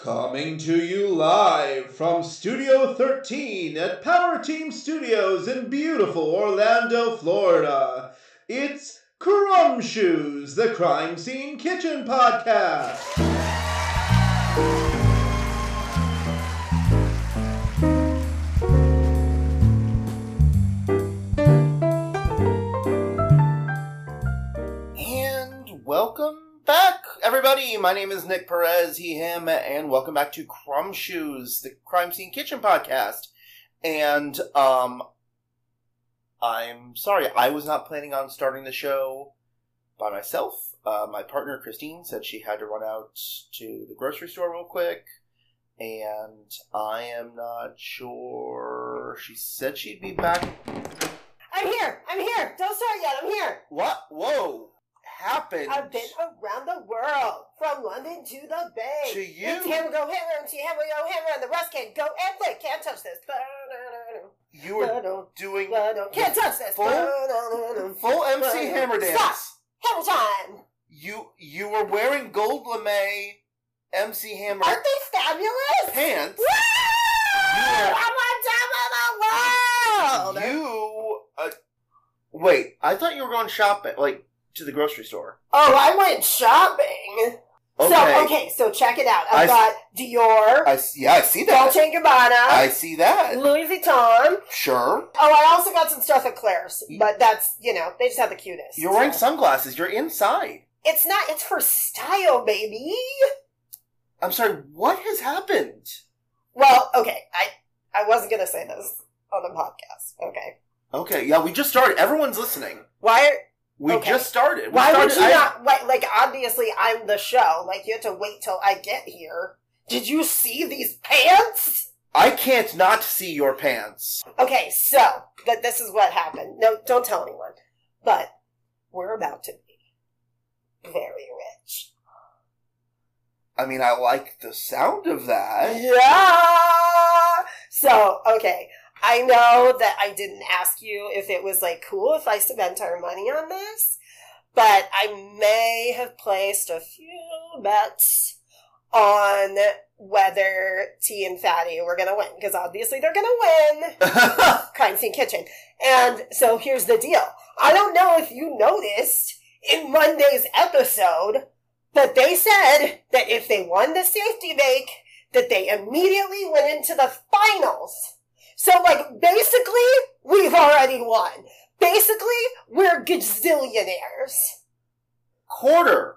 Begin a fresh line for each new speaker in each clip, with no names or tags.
Coming to you live from Studio 13 at Power Team Studios in beautiful Orlando, Florida. It's Crumb Shoes, the Crime Scene Kitchen Podcast.
And welcome back, everybody. My name is Nick Perez, he, him, and welcome back to Crumb Shoes, the Crime Scene Kitchen podcast. And, um, I'm sorry, I was not planning on starting the show by myself. Uh, my partner, Christine, said she had to run out to the grocery store real quick. And I am not sure. She said she'd be back
I'm here. I'm here. Don't start yet. I'm here.
What? Whoa! Happened.
I've been around the world, from London to the Bay.
To you.
Empty hammer, go hammer. Empty hammer, go hammer. And the rest can't go and play. Can't touch this. Ba-da-da-da.
You were
Ba-da,
doing
ba-da. Can't touch this.
Full-
Ba-da-da-da.
full MC
Ba-da.
Hammer dance.
Stop. Hammer time.
You you were wearing gold lame MC Hammer
Aren't they fabulous?
pants.
Woo!
are-
I'm on top of the world.
You uh, wait. I thought you were going shopping, like to the grocery store.
Oh, I went shopping.
Okay.
So okay, so check it out. I've
I
got Dior,
I see. Yeah, I see that.
Dolce & Gabbana,
I see that.
Louis Vuitton.
Sure.
Oh, I also got some stuff at Claire's, but that's you know they just have the cutest.
You're wearing
so.
sunglasses. You're inside.
It's not. It's for style, baby.
I'm sorry. What has happened?
Well, okay. I I wasn't gonna say this on the podcast. Okay.
Okay. Yeah, we just started. Everyone's listening.
Why? Are,
We
Okay.
just started. We
why would
started- I-
you not like? Like obviously, I'm the show. Like you have to wait till I get here. Did you see these pants?
I can't not see your pants.
Okay, so but this is what happened. No, don't tell anyone. But we're about to be very rich.
I mean, I like the sound of that.
Yeah. So okay, I know that I didn't ask you if it was like cool if I spent our money on this, but I may have placed a few bets on whether T and Fatty were gonna win because obviously they're gonna win. Crime Scene Kitchen. And so here's the deal. I don't know if you noticed in Monday's episode, but they said that if they won the safety bake, that they immediately went into the finals. So like basically, we've already won. Basically, we're gazillionaires.
Quarter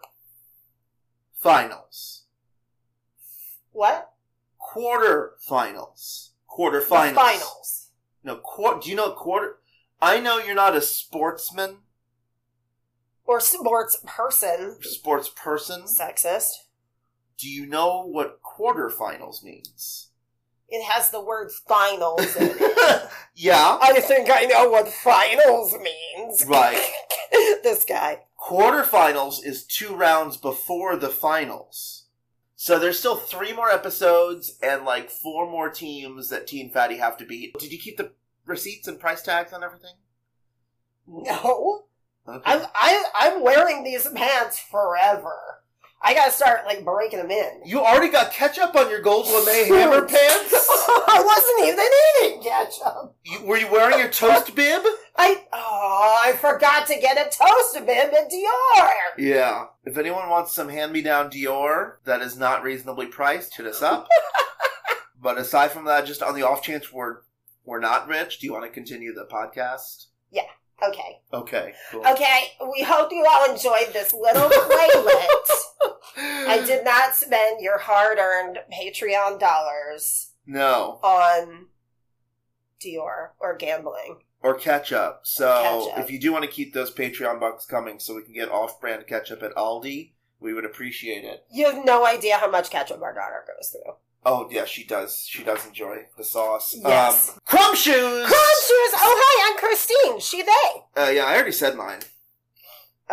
finals.
What?
Quarter finals. Quarter
The
finals.
finals.
No, quar- do you know quarter? I know you're not a sportsman,
Or sports person.
sports person.
Sexist.
Do you know what quarter finals means?
It has the word finals in it.
yeah,
I think I know what finals means.
right.
this guy.
Quarterfinals is two rounds before the finals. So there's still three more episodes and like four more teams that Teen Fatty have to beat. Did you keep the receipts and price tags on everything?
No,
Okay.
I'm I, I'm wearing these pants forever. I gotta start like breaking them in.
you already got ketchup on your gold lame hammer pants?
I wasn't even eating ketchup.
You, were you wearing your toast bib?
I oh, I forgot to get a toast of him at Dior.
Yeah. If anyone wants some hand me down Dior that is not reasonably priced, hit us up. but aside from that, just on the off chance we're we're not rich, do you want to continue the podcast?
Okay,
Okay. Cool.
okay. We hope you all enjoyed this little playlet. I did not spend your hard-earned Patreon dollars
No.
on Dior or gambling.
Or ketchup. So
Ketchup.
if you do want to keep those Patreon bucks coming so we can get off brand ketchup at Aldi, we would appreciate it.
You have no idea how much ketchup our daughter goes through.
Oh yeah, she does. She does enjoy the sauce.
Yes.
Um, crumb shoes.
Crumb shoes. Oh hi, I'm Christine. She they.
Uh, yeah, I already said mine.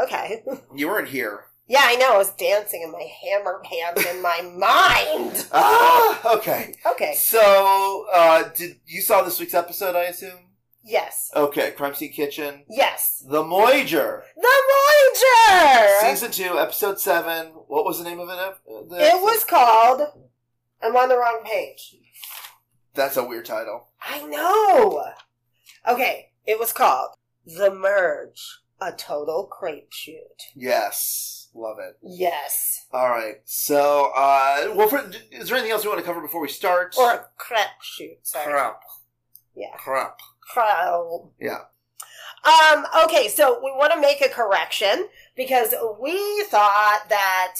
Okay.
You weren't here.
Yeah, I know. I was dancing in my hammer pants in my mind.
Ah. Okay.
Okay.
So, uh, did you saw this week's episode? I assume.
Yes.
Okay. Crime Scene Kitchen.
Yes.
The Moiger.
The Voyager.
Season two, episode seven. What was the name of it? Uh, the
It was called I'm on the wrong page.
That's a weird title.
I know. Okay, it was called The Merge, a total creep shoot.
Yes. Love it.
Yes.
All right. So, uh, well, for, is there anything else we want to cover before we start?
Or a crap shoot, sorry.
crap.
Yeah.
Crap.
Crow.
Yeah.
Um, okay, so we want to make a correction because we thought that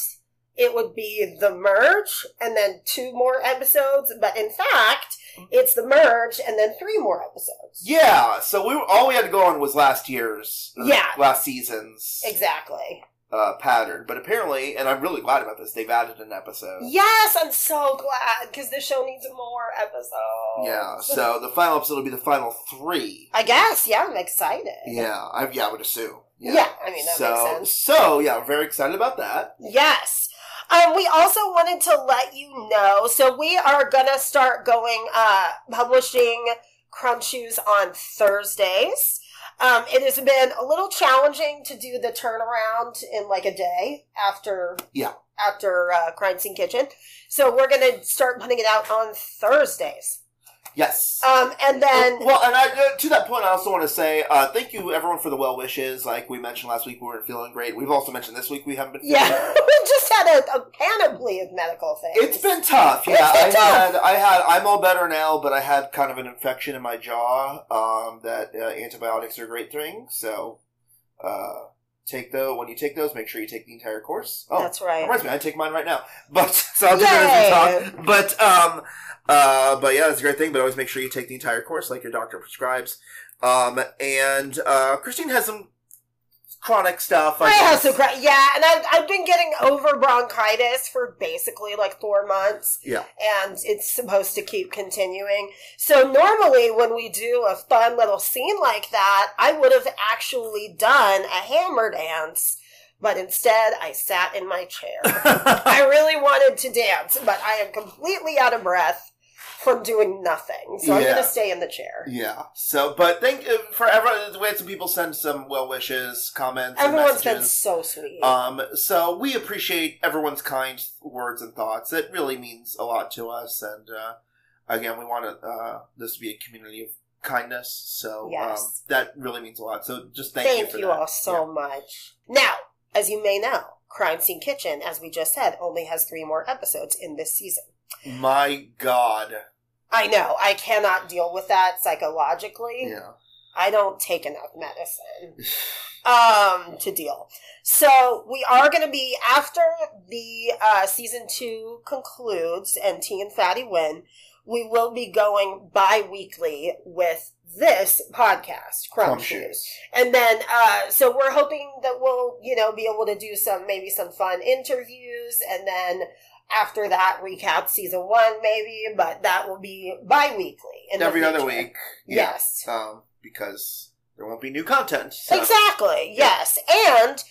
it would be the merge and then two more episodes, but in fact, it's the merge and then three more episodes.
Yeah. So we were, all we had to go on was last year's, uh,
Yeah.
last season's
Exactly.
uh, pattern. But apparently, and I'm really glad about this, they've added an episode.
Yes, I'm so glad because this show needs more episodes.
Yeah, So the final episode will be the final three.
I guess, yeah, I'm excited.
Yeah. I, yeah. I would assume.
Yeah, I mean, that
so,
makes sense.
So yeah, we're very excited about that.
Yes. Um, we also wanted to let you know, so we are gonna start going uh publishing Crunchies on Thursdays. Um, it has been a little challenging to do the turnaround in like a day after
Yeah.
after uh, Crime Scene Kitchen. So we're gonna start putting it out on Thursdays.
Yes.
Um, and then
well, and I, uh, to that point, I also want to say uh, thank you, everyone, for the well wishes. Like we mentioned last week, we weren't feeling great. We've also mentioned this week we haven't been. Feeling
yeah,
great.
we just had a, a panoply of medical things.
It's been tough. Yeah,
It's
I
been tough.
had, I had, I'm all better now, but I had kind of an infection in my jaw. Um, that uh, antibiotics are a great thing. So, uh, take those when you take those. Make sure you take the entire course. Oh,
that's right.
Reminds me, I take mine right now. But so I'll do that as we talk. But um, uh, but yeah, that's a great thing. But always make sure you take the entire course, like your doctor prescribes. Um, and uh, Christine has some chronic stuff.
I have
guess.
some cra- yeah, and I've, I've been getting over bronchitis for basically like four months,
Yeah,
and it's supposed to keep continuing. So normally, when we do a fun little scene like that, I would have actually done a hammer dance, but instead I sat in my chair. I really wanted to dance, but I am completely out of breath from doing nothing, so I'm
Yeah.
gonna stay in the chair.
yeah. So, but thank you for everyone. We had some people send some well wishes, comments, and
Everyone's been
messages.
so sweet.
Um, so we appreciate everyone's kind words and thoughts. It really means a lot to us. And uh, again, we want to, uh, this to be a community of kindness. So um,
Yes.
that really means a lot. So just thank,
Thank,
you for
you,
that.
all so much. Now, as you may know, Crime Scene Kitchen, as we just said, only has three more episodes in this season.
Yeah. My God.
I know, I cannot deal with that psychologically.
Yeah.
I don't take enough medicine um, to deal. So we are going to be after the uh, season two concludes and Tea and Fatty win. We will be going bi-weekly with this podcast, Crumb,
Crumb
Shoes.
shoes.
And then, uh, so we're hoping that we'll, you know, be able to do some, maybe some fun interviews. And then after that, recap season one, maybe, but that will be bi weekly.
Every other week. Yeah.
Yes.
Um, because there won't be new content. So.
Exactly.
Yeah.
Yes. And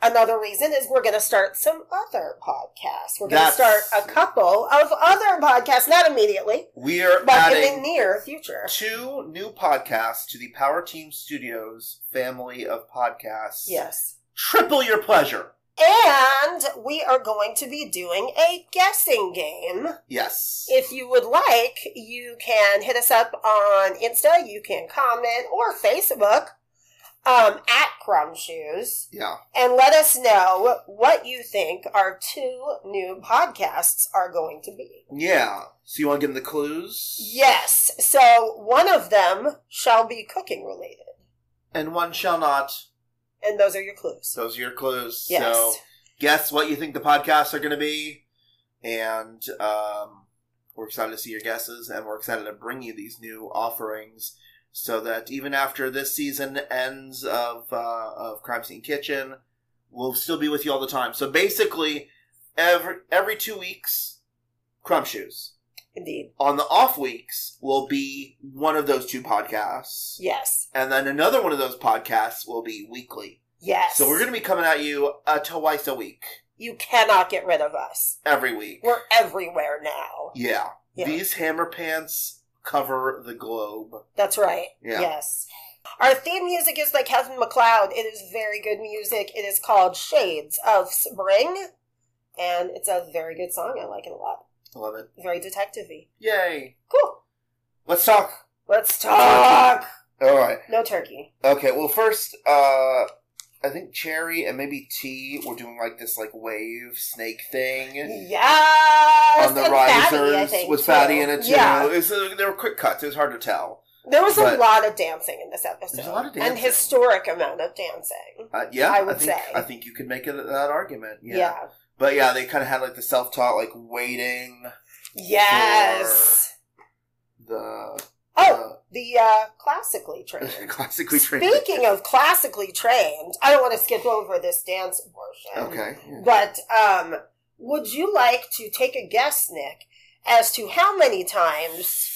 another reason is we're going to start some other podcasts. We're going to
That's-
start a couple of other podcasts, not immediately,
We are
but in the
adding
near future.
two new podcasts to the Power Team Studios family of podcasts.
Yes.
Triple your pleasure.
And we are going to be doing a guessing game.
Yes.
If you would like, you can hit us up on Insta, you can comment, or Facebook um, at Crumb Shoes,
yeah.
and let us know what you think our two new podcasts are going to be.
Yeah. So you want to give them the clues?
Yes, so one of them shall be cooking related,
And one shall not.
and those are your clues.
Those are your clues.
Yes.
So guess what you think the podcasts are going to be. And um, we're excited to see your guesses. And we're excited to bring you these new offerings so that even after this season ends of, uh, of Crime Scene Kitchen, we'll still be with you all the time. So basically, every, every two weeks, Crumb Shoes.
Indeed.
on the off weeks will be one of those two podcasts.
Yes.
And then another one of those podcasts will be weekly.
Yes.
So we're going to be coming at you uh, twice a week,
You cannot get rid of us.
every week.
We're everywhere now.
yeah.
Yeah.
These hammer pants cover the globe.
That's right.
Yeah.
Yes. Our theme music is by Kevin McLeod. It is very good music. It is called Shades of Spring, and it's a very good song. I like it a lot.
I love it.
Very detective-y.
Yay.
Cool.
Let's talk.
Let's talk.
All right.
No turkey.
Okay. Well, first, uh, I think Cherry and maybe T were doing like this like wave snake thing
Yes.
on the
and
risers
Fatty, I think,
with
too.
Fatty in it too.
Yeah.
It's, uh, there were quick cuts. It was hard to tell.
There was
But-
a lot of dancing in this episode.
There's a lot of
An
dancing.
historic amount of dancing.
Uh, yeah,
I would
think,
say.
I think you could make it that argument.
Yeah.
Yeah. But yeah, they kind of had like the self taught like waiting
Yes.
the
Oh, the uh, classically
uh,
trained.
classically trained.
Speaking of classically trained, I don't want to skip over this dance portion.
okay,
But um, would you like to take a guess, Nick, as to how many times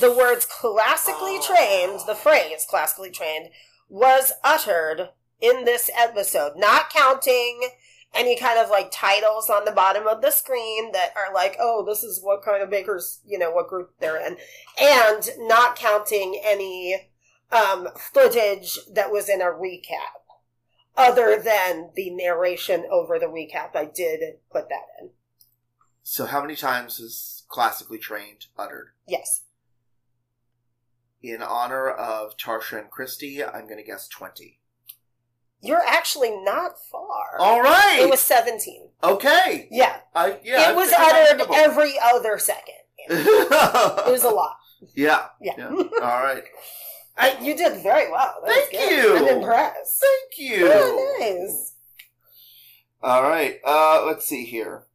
the words classically trained, the phrase classically trained, was uttered in this episode? Not counting any kind of like titles on the bottom of the screen that are like, oh, this is what kind of bakers, you know, what group they're in, and not counting any um, footage that was in a recap other than the narration over the recap. I did put that in.
so how many times is classically trained uttered?
Yes.
In honor of Tarsha and Christy, I'm going to guess 20.
You're actually not far.
All right.
It was 17.
okay.
Yeah.
I, yeah
it was
I
uttered
think that's
every other second. It
reasonable.
was a lot.
yeah.
Yeah.
yeah. All right.
I, you did very well. That was
Thank
good.
you.
I'm impressed.
Thank you.
Oh, nice.
All right. Uh, let's see here.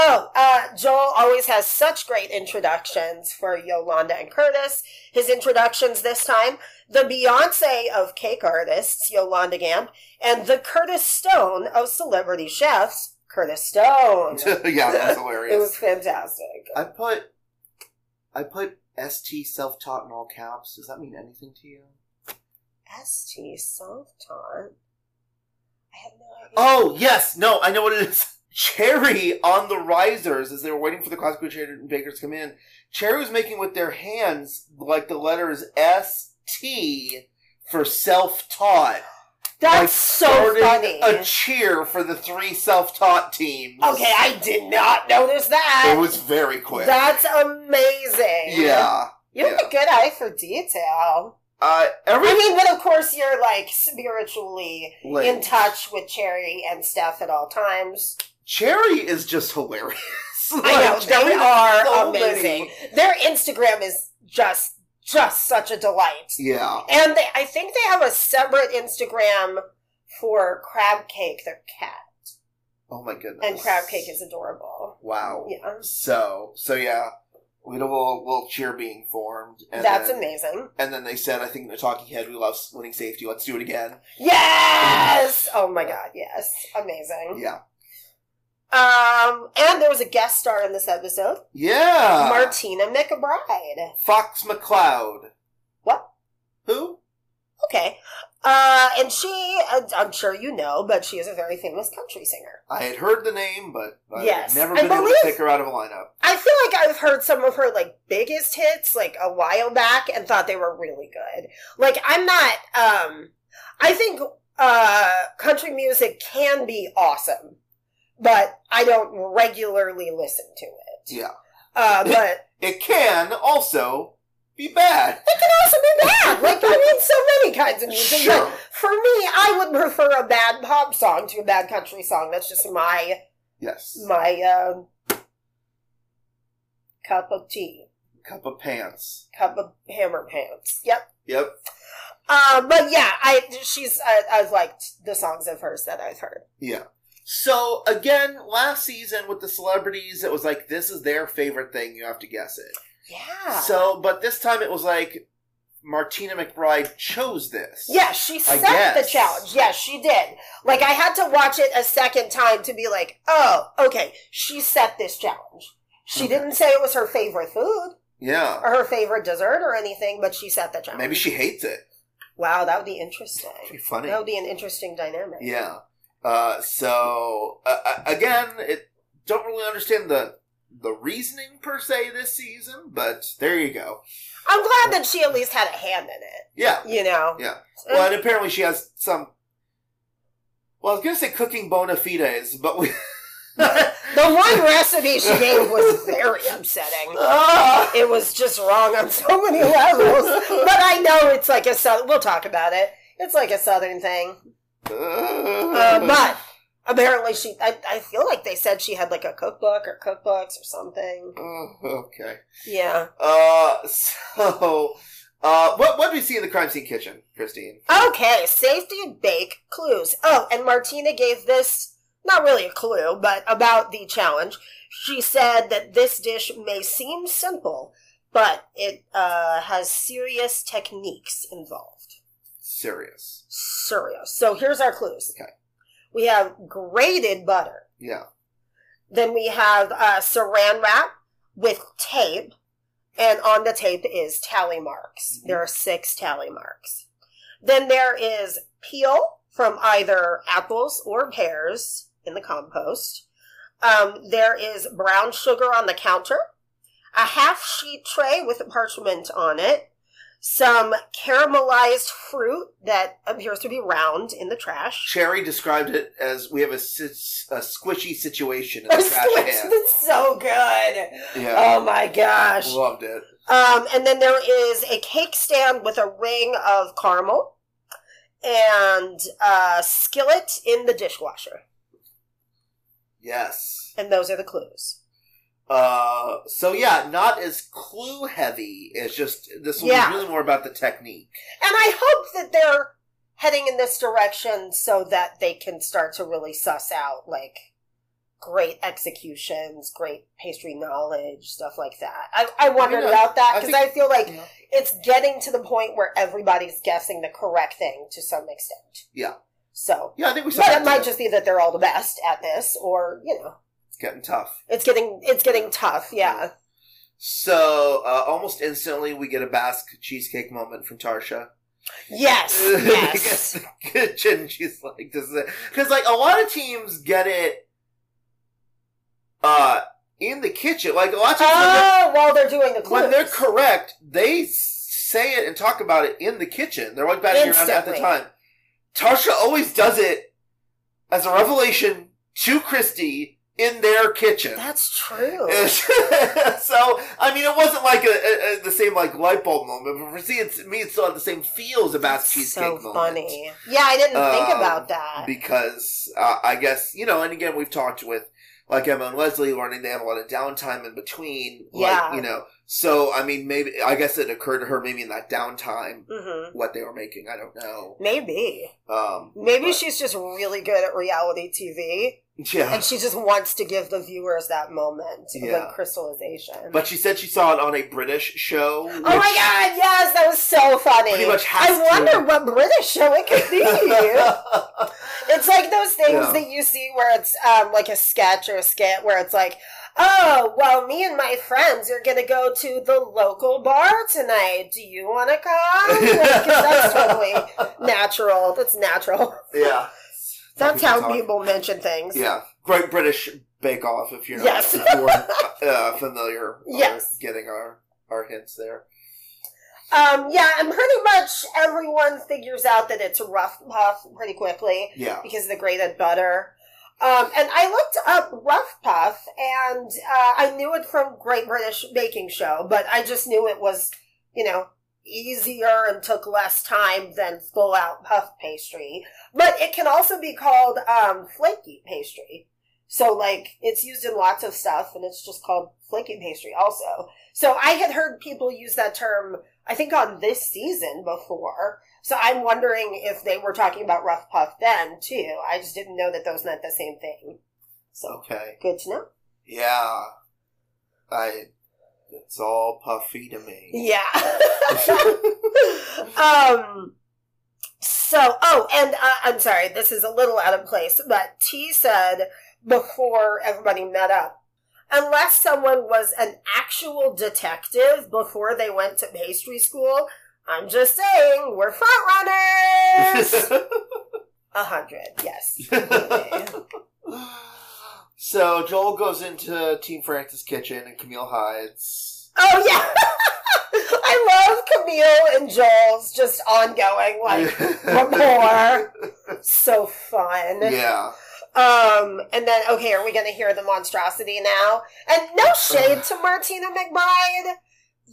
Oh, uh, Joel always has such great introductions for Yolanda and Curtis. His introductions this time the Beyonce of cake artists, Yolanda Gamp, and the Curtis Stone of celebrity chefs, Curtis Stone.
yeah, that's
Oh, It
hilarious.
was fantastic.
I put I put ST self taught in all caps. Does that mean anything to you?
ST self taught. I have no idea.
Oh yes, no, I know what it is. Cherry on the risers as they were waiting for the classical trader and bakers to come in. Cherry was making with their hands like the letters S T for self taught.
That's
like
so funny.
A cheer for the three self taught teams.
okay, I did not notice that.
It was very quick.
That's amazing.
yeah.
You have a good eye for detail.
Uh, every
I mean, but of course, you're like spiritually
like,
in touch with Cherry and Steph at all times.
Cherry is just hilarious.
I know,
Like,
they
Cherry has
are
so many-
amazing. Their Instagram is just, just such a delight.
Yeah.
And they, I think they have a separate Instagram for Crab Cake, their cat.
Oh my goodness.
And Crab Cake is adorable.
wow.
Yeah.
So so yeah, we had a little, little cheer being formed. And
That's
then,
amazing.
And then they said, I think in the talking head, we love winning safety. Let's do it again.
Yes! Oh my god, yes. Amazing.
Yeah.
Um, and there was a guest star in this episode,
Yeah.
Martina McBride.
Fox McCloud.
What?
Who?
Okay. Uh, and she, uh, I'm sure you know, but she is a very famous country singer.
I had heard the name, but I've
Yes.
never
I
been able to
believe-
pick her out of a lineup.
I feel like I've heard some of her like biggest hits like a while back and thought they were really good. Like I'm not um I think uh country music can be awesome, but I don't regularly listen to it.
Yeah.
Uh but
It can also be bad.
it can also be bad. Like I mean so many kinds of music. but
sure.
for me, I would prefer a bad pop song to a bad country song. That's just my
Yes.
my um cup of tea.
Cup of pants.
cup of hammer pants. Yep.
Yep.
Uh, but yeah, I she's I, I've liked the songs of hers that I've heard.
So again, last season with the celebrities, it was like this is their favorite thing. You have to guess it.
Yeah.
So, but this time it was like Martina McBride chose this.
yeah, she
I
set the
guess.
challenge. Yes, she did. Like I had to watch it a second time to be like, oh, okay, she set this challenge. She
Okay.
didn't say it was her favorite food
Yeah.
or her favorite dessert or anything, but she set the challenge.
Maybe she hates it.
Wow, that would be
It'd be
interesting.
funny.
That would be an interesting dynamic.
Yeah. Uh, so uh, uh, again, it don't really understand the the reasoning per se this season, but there you go.
I'm glad that she at least had a hand in it.
Yeah.
You know.
Yeah. Well, and apparently she has some. Well, I was gonna say cooking bona fides, but we
The one recipe she gave was very upsetting.
Ah!
It was just wrong on so many levels. But I know it's like a southern. We'll talk about it. It's like a southern thing. Uh,
Mm-hmm.
but apparently, she. I, I feel like they said she had like a cookbook or cookbooks or something.
okay.
Yeah.
Uh, so, uh, what what do we see in the crime scene kitchen, Christine?
Okay, safety and bake clues. Oh, and Martina gave this not really a clue, but about the challenge. She said that this dish may seem simple, but it uh, has serious techniques involved.
Serious.
Serious. So here's our clues.
Okay.
We have grated butter.
Yeah.
Then we have uh, saran wrap with tape, and on the tape is tally marks.
Mm-hmm.
There are six tally marks. Then there is peel from either apples or pears in the compost. Um, there is brown sugar on the counter, a half sheet tray with parchment on it, some caramelized fruit that appears to be round in the trash.
Sherry described it as we have a, sis- a squishy situation in the trash can.
That's so good.
Yeah.
Oh my gosh.
Loved it.
Um, and then there is a cake stand with a ring of caramel and a skillet in the dishwasher.
Yes.
And those are the clues.
Uh, so yeah, not as clue heavy. It's just this one
Yeah.
is really more about the technique.
And I hope that they're heading in this direction so that they can start to really suss out like great executions, great pastry knowledge, stuff like that. I, I wondered
I-
about that
I
because
think-
I feel like it's getting to the point where everybody's guessing the correct thing to some extent.
Yeah.
So
Yeah, I think we saw
But
that
it might
today.
just be that they're all the best at this, or you know,
It's getting tough.
it's getting it's getting tough. Yeah,
So uh, almost instantly, we get a Basque cheesecake moment from Tarsha.
yes,
Because
yes,
the kitchen, she's like, this is it. Because, like, a lot of teams get it uh, in the kitchen. Like, a lot of times when they're-
oh, while they're doing the clues,
when, they're, correct, they say it and talk about it in the kitchen. They're like batting around at the
Instantly.
time. Tarsha always does it as a revelation to Christy in their kitchen.
that's true.
so I mean, it wasn't like a, a, a- the same like light bulb moment, but for see, it's, me, it still had the same feel as a Basque cheesecake
so
moment.
funny. Yeah, I didn't think
Um,
about that.
because uh, I guess you know, and again, we've talked with like Emma and Leslie learning they have a lot of downtime in between. Like,
Yeah.
you know. So I mean, maybe I guess it occurred to her maybe in that downtime
hmm
what they were making. I don't know.
Maybe,
Um,
maybe
but-
she's just really good at reality TV,
yeah.
and she just wants to give the viewers that moment of
Yeah.
like crystallization.
But she said she saw it on a British show.
Oh my god, yes, that was so funny.
Pretty much has
I
to.
wonder what British show it could be.
god!
It's like those things
Yeah.
that you see where it's um, like a sketch or a skit where it's like, oh, well, me and my friends are going to go to the local bar tonight. Do you want to come? Like, 'cause that's totally natural. That's natural.
yeah.
That's
People
how
talk.
people mention things.
Yeah, Great British Bake Off. If you're not
Yes.
if you weren't, uh, familiar, or
Yes.
getting our our hints there.
Um, yeah, and pretty much everyone figures out that it's rough puff pretty quickly
Yeah,
because of the grated butter. Um, and I looked up Rough Puff, and uh, I knew it from Great British Baking Show, but I just knew it was, you know, easier and took less time than full out puff pastry. But it can also be called um, flaky pastry. So, like, it's used in lots of stuff, and it's just called flaky pastry also. So, I had heard people use that term, I think, on this season before. So, I'm wondering if they were talking about rough puff then, too. I just didn't know that those meant the same thing. So,
okay,
good to know.
yeah. I it's all puffy to me.
Yeah. um. So, oh, and uh, I'm sorry, this is a little out of place, but T said before everybody met up, unless someone was an actual detective before they went to pastry school, I'm just saying we're front runners. A hundred, yes. completely.
so Joel goes into Team Francis' kitchen and Camille hides.
oh yeah, I love Camille and Joel's just ongoing like rapport. so fun.
yeah,
Um, and then, okay, are we going to hear the monstrosity now? And no shade to Martina McBride.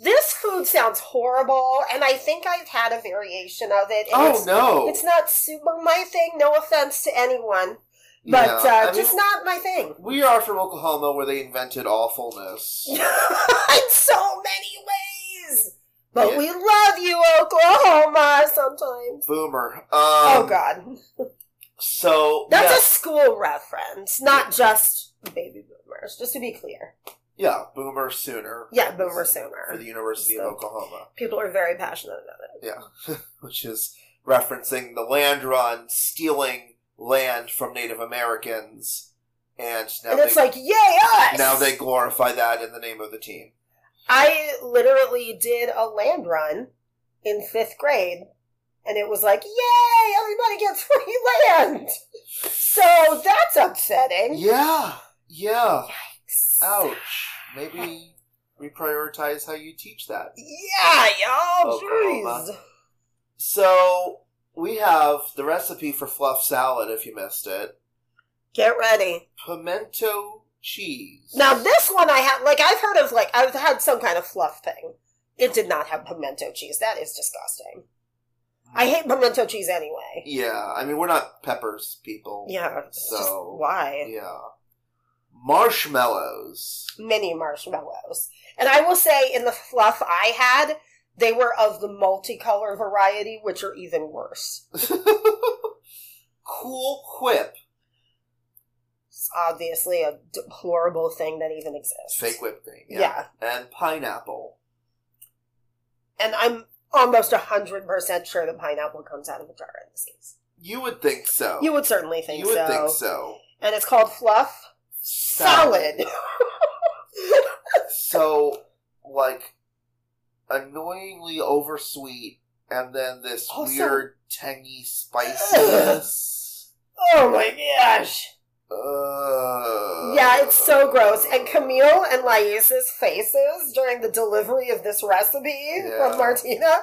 This food sounds horrible, and I think I've had a variation of it. and
Oh
it's,
no!
it's not super my thing. No offense to anyone, but
Yeah,
uh,
I mean,
just not my thing.
we are from Oklahoma, where they invented awfulness.
in so many ways. But
Yeah.
we love you, Oklahoma. Sometimes.
Boomer. Um,
oh God,
So
that's
yeah,
a school reference, not just baby boomers. Just to be clear,
yeah, boomer sooner.
Yeah,
for
boomer sooner.
the University
So-
of Oklahoma,
people are very passionate about it.
which is referencing the land run stealing land from Native Americans, and now
and it's
they,
like, yay us!
now they glorify that in the name of the team.
I literally did a land run in fifth grade, and it was like, yay! Everybody gets free land. So that's upsetting.
Yeah, yeah.
Yikes.
Ouch. Maybe reprioritize how you teach that.
Yeah, y'all.
Oklahoma.
Jeez.
So we have the recipe for fluff salad. If you missed it,
Get ready.
pimento cheese.
Now this one I had like I've heard of like I've had some kind of fluff thing. It did not have pimento cheese. That is disgusting. I hate pimento cheese anyway.
Yeah, I mean we're not peppers people.
Yeah. it's just-
So-
why?
Yeah. Marshmallows.
Mini marshmallows. And I will say in the fluff I had, they were of the multicolor variety, which are even worse.
cool Whip.
It's obviously a deplorable thing that even exists.
Fake whipped cream.
Yeah.
And pineapple.
And I'm almost hundred percent sure the pineapple comes out of a jar in this case.
You would think so.
You would certainly think
Oh. You would
so.
think so.
And it's called fluff. solid.
so like annoyingly oversweet and then this
Also-
weird tangy spiciness.
oh my gosh.
Ugh.
Yeah, it's so gross. And Camille and Lais's faces during the delivery of this recipe
Yeah.
from Martina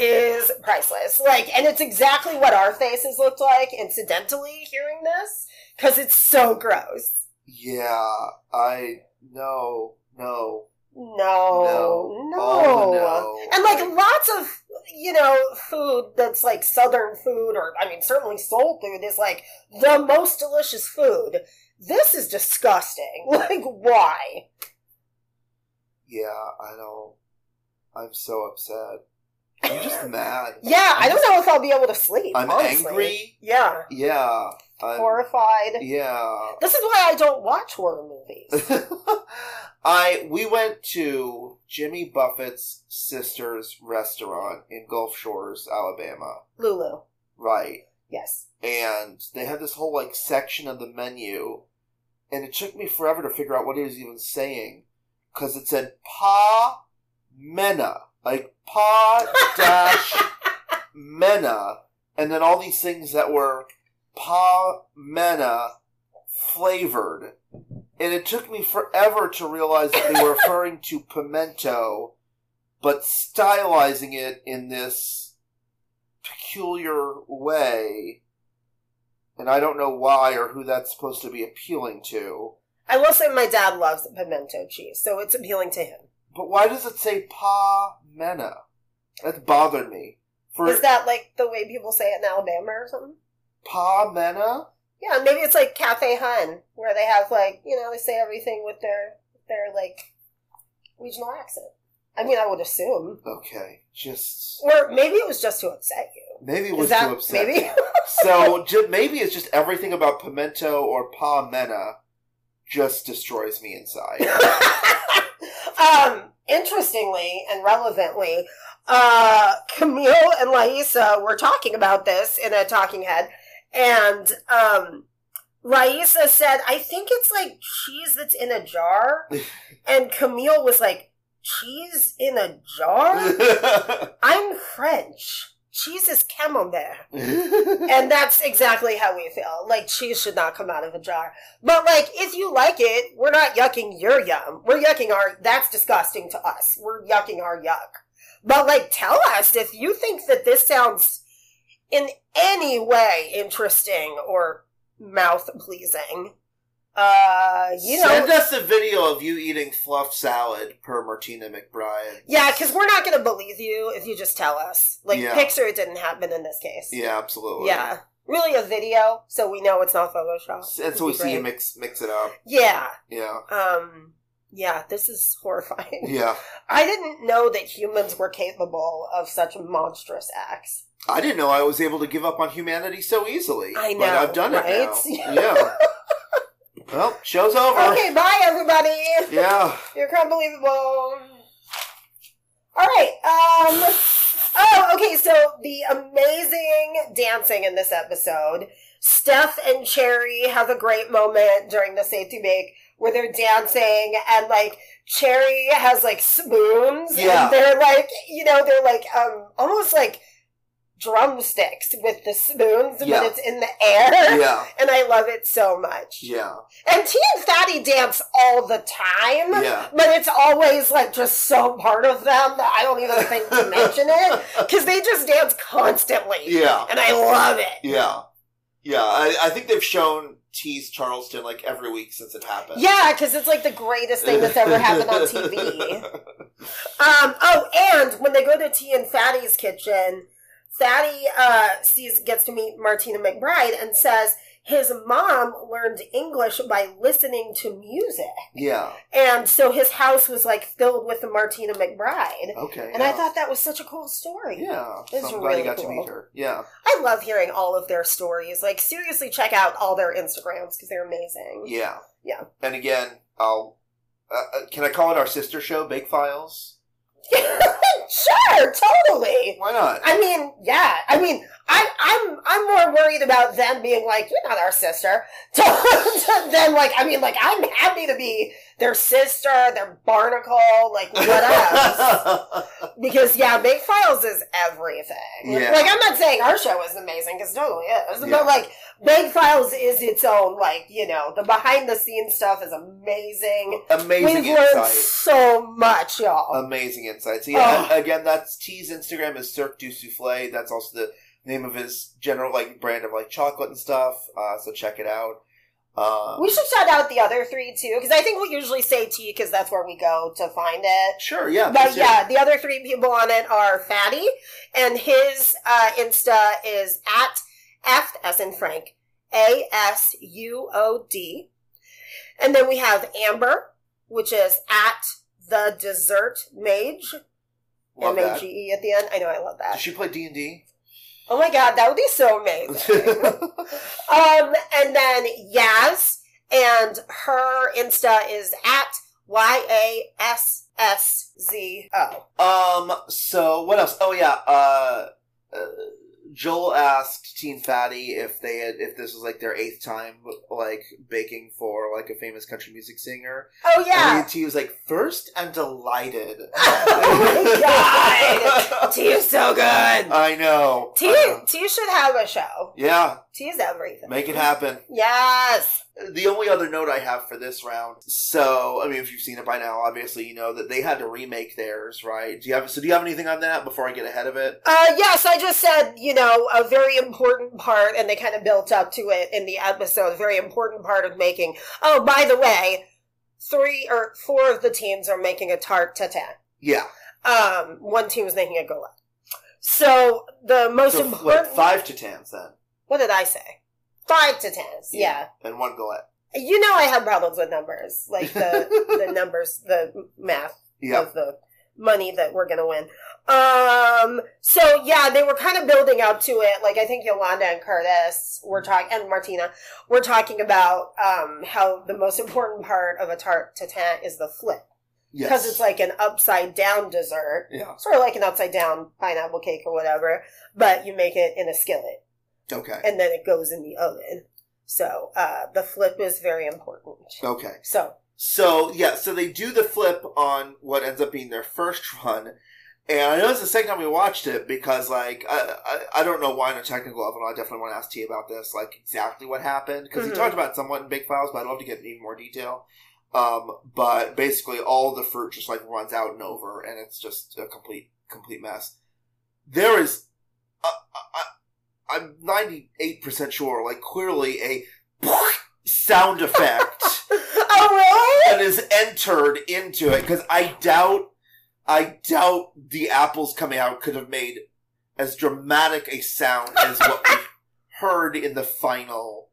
is priceless. Like, and it's exactly what our faces looked like incidentally hearing this because it's so gross.
Yeah, I no, no.
No, no.
Oh, no.
And like lots of you know food that's like southern food or I mean certainly soul food is like the most delicious food. This is disgusting. Like why?
Yeah, I don't. I'm so upset. I'm just mad.
Yeah, I don't know if I'll be able to sleep.
I'm
honestly.
angry.
Yeah,
Yeah. I'm, e-
horrified.
yeah.
This is why I don't watch horror movies.
I we went to Jimmy Buffett's sister's restaurant in Gulf Shores, Alabama.
Lulu.
Right.
Yes.
And they had this whole like section of the menu and it took me forever to figure out what he was even saying cuz it said pa mena, like pa dash Mena, and then all these things that were Pa Mena flavored. And it took me forever to realize that they were referring to pimento, but stylizing it in this peculiar way. And I don't know why or who that's supposed to be appealing to.
I will say my dad loves pimento cheese, so it's appealing to him.
But why does it say Pa Mena? That bothered me. For
Is that like the way people say it in Alabama or something?
Pa Mena?
Yeah, maybe it's like Cafe Hun, where they have like you know they say everything with their their like regional accent. I mean, I would assume,
Okay, just
or maybe it was just to upset you.
maybe it
Is
was
that
too upset.
maybe?
so ju- maybe it's just everything about pimento or pa mena just destroys me inside.
um, interestingly and relevantly, uh, Camille and Laisa were talking about this in a talking head, and um, Laisa said, "I think it's like cheese that's in a jar," and Camille was like, "Cheese in a jar? I'm French. Cheese is camembert." And that's exactly how we feel. Like cheese should not come out of a jar. But like if you like it, we're not yucking your yum. We're yucking our that's disgusting to us. We're yucking our yuck. But like tell us if you think that this sounds in any way interesting or mouth pleasing. Uh, you know,
Send us a video of you eating fluff salad per Martina McBride.
yeah, because we're not going to believe you if you just tell us. Like,
Yeah.
picture it didn't happen in this case.
Yeah, absolutely.
Yeah. Really a video, so we know it's not Photoshop.
And so we
Would be
see you
great.
mix mix it up.
Yeah.
Yeah.
Um, yeah, this is horrifying.
Yeah.
I didn't know that humans were capable of such monstrous acts.
I didn't know I was able to give up on humanity so easily.
I
But
know,
I've done
right?
it now. yeah. Well, show's over.
Okay, bye everybody.
Yeah.
You're unbelievable. All right. Um. Oh, okay. So the amazing dancing in this episode. Steph and Cherry have a great moment during the safety make where they're dancing and like Cherry has like spoons.
Yeah.
And they're like, you know, they're like um almost like drumsticks with the spoons,
Yeah.
but it's in the air.
Yeah.
And I love it so much.
Yeah.
And T and Fatty dance all the time.
Yeah.
But it's always like just so part of them that I don't even think to mention it because they just dance constantly.
Yeah.
And I love it.
Yeah. Yeah. I, I think they've shown Tease Charleston like every week since it happened.
Yeah, because it's like the greatest thing that's ever happened on TV. Um, oh, and when they go to T and Fatty's kitchen, Fatty uh, sees gets to meet Martina McBride and says his mom learned English by listening to music,
Yeah.
and so his house was like filled with the Martina McBride.
Okay.
And
yeah.
I thought that was such a cool story.
Yeah.
It's
so I'm glad
really
you got to
cool.
meet her. Yeah.
I love hearing all of their stories. Like, seriously, check out all their Instagrams because they're amazing.
Yeah.
Yeah.
And again, I'll. Uh, uh, can I call it our sister show, Bake Files?
sure, totally.
Why not?
I mean, yeah. I mean, I, I'm I'm more worried about them being like, "You're not our sister," than like, I mean, like, I'm happy to be their sister, their barnacle, like, what up? because yeah, Big Files is everything.
Yeah.
Like I'm not saying our show is amazing because totally is,
Yeah.
but like Big Files is its own like you know the behind the scenes stuff is amazing.
Amazing
We've learned
insight.
so much, y'all.
Amazing insight. So yeah,
Oh.
again, that's T's Instagram is Cirque du Souffle. That's also the name of his general like brand of like chocolate and stuff. Uh, so check it out. Um,
we should shout out the other three too because I think we usually say T because that's where we go to find it.
sure, yeah,
But
please do.
yeah, the other three people on it are Fatty, and his uh, Insta is at F as in Frank A S U O D, and then we have Amber, which is at the Dessert Mage
Love
M A
that.
G E at the end. I know I love
Does
that.
she play D and D?
Oh my god, that would be so amazing. um, and then Yaz, and her Insta is at Y A S S Z O.
Um. So what else? Oh yeah. Uh, uh, Joel asked Teen Fatty if they had if this was like their eighth time like baking for like a famous country music singer.
Oh yeah.
And he was like first and delighted.
Oh my God. Tea is so good.
I know.
T
I know.
T should have a show.
Yeah,
T is everything.
uh, make it happen.
Yes.
The only other note I have for this round. So, I mean, if you've seen it by now, obviously you know that they had to remake theirs, right? Do you have? So, do you have anything on that before I get ahead of it?
Uh, yes, I just said, you know, a very important part, and they kind of built up to it in the episode, a very important part of making. Oh, by the way, three or four of the teams are making a tart tatin.
Yeah.
Um, one team is making a gola. So the most
So,
important.
what, five to tans then,
what did I say? Five to tens. yeah.
and one galette.
You know, I have problems with numbers, like the the numbers, the math
Yeah.
of the money that we're gonna win. Um. So yeah, they were kind of building up to it. Like I think Yolanda and Curtis were talking, and Martina were talking about um how the most important part of a tart tatin is the flip
Yes.
because it's like an upside down dessert,
Yeah.
sort of like an upside down pineapple cake or whatever, but you make it in a skillet
Okay.
and then it goes in the oven. So uh, the flip is very important.
Okay.
So
So yeah, so they do the flip on what ends up being their first run, and I know it's the second time we watched it because like I I, I don't know why in a technical level I definitely want to ask T about this like exactly what happened because
Mhm.
he talked about it somewhat in Big Files, but I'd love to get even more detail. Um, but basically all the fruit just like runs out and over, and it's just a complete complete mess. There uh, is, uh, I, I'm ninety eight percent sure like clearly a sound effect
oh really?
that is entered into it because I doubt, I doubt the apples coming out could have made as dramatic a sound as what we heard in the final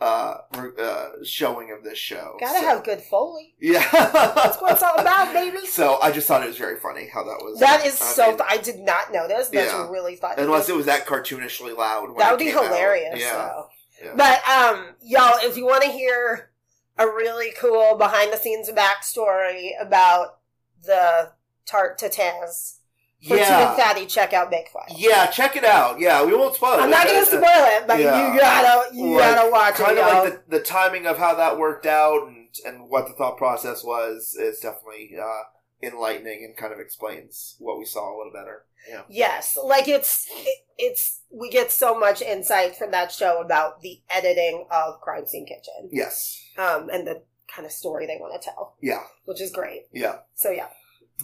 uh, re- uh showing of this show.
Gotta
So-
have good foley.
yeah.
That's what it's all about, baby.
So I just thought it was very funny how that was.
That is
I
so.
mean,
fu- I did not notice. That's
Yeah.
really funny.
unless it was that cartoonishly loud. when
that
it
would be
came out.
hilarious. uh,
Yeah.
Though.
Yeah.
But um, y'all, if you want to hear a really cool behind the scenes backstory about the tart tatas for Team
Yeah.
Fatty, check out Big File.
Yeah, Check it out. Yeah, we won't spoil it.
I'm not gonna
Uh,
spoil it, but
yeah.
you gotta you
Like,
gotta watch it.
kind of
y'all.
like the, the timing of how that worked out and, and what the thought process was is definitely uh, enlightening and kind of explains what we saw a little better. Yeah.
Yes, like it's it, it's we get so much insight from that show about the editing of Crime Scene Kitchen,
Yes.
um, and the kind of story they want to tell,
Yeah.
which is great.
Yeah.
So yeah,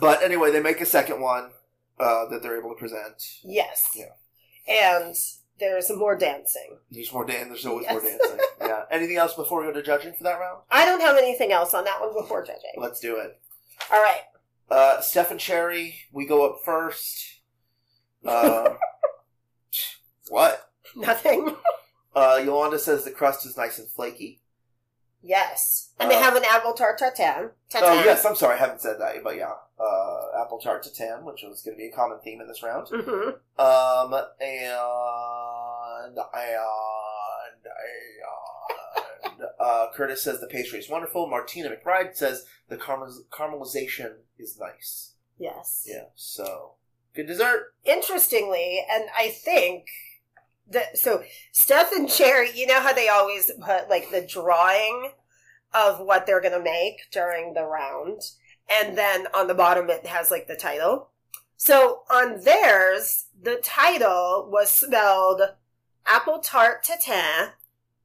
But anyway, they make a second one uh, that they're able to present.
yes,
Yeah.
and there's more dancing.
There's more dan. There's always more
Yes.
dancing. Yeah. Anything else before we go to judging for that round?
I don't have anything else on that one before judging.
Let's do it.
All right,
Uh, Steph and Sherry, we go up first. Um, what?
nothing.
Uh, Yolanda says the crust is nice and flaky.
yes, and
Uh,
they have an apple tart tartan. tartan.
Oh, yes, I'm sorry, I haven't said that, but yeah. Uh, apple tart to 10, which was going to be a common theme in this round.
hmm
Um, and, and, and, uh, Curtis says the pastry is wonderful. Martina McBride says the caramel- caramelization is nice.
Yes.
Yeah, so, good dessert.
interestingly, and I think that so Steph and Cherry, you know how they always put like the drawing of what they're gonna make during the round, and then on the bottom it has like the title. So on theirs, the title was spelled apple tart tatin,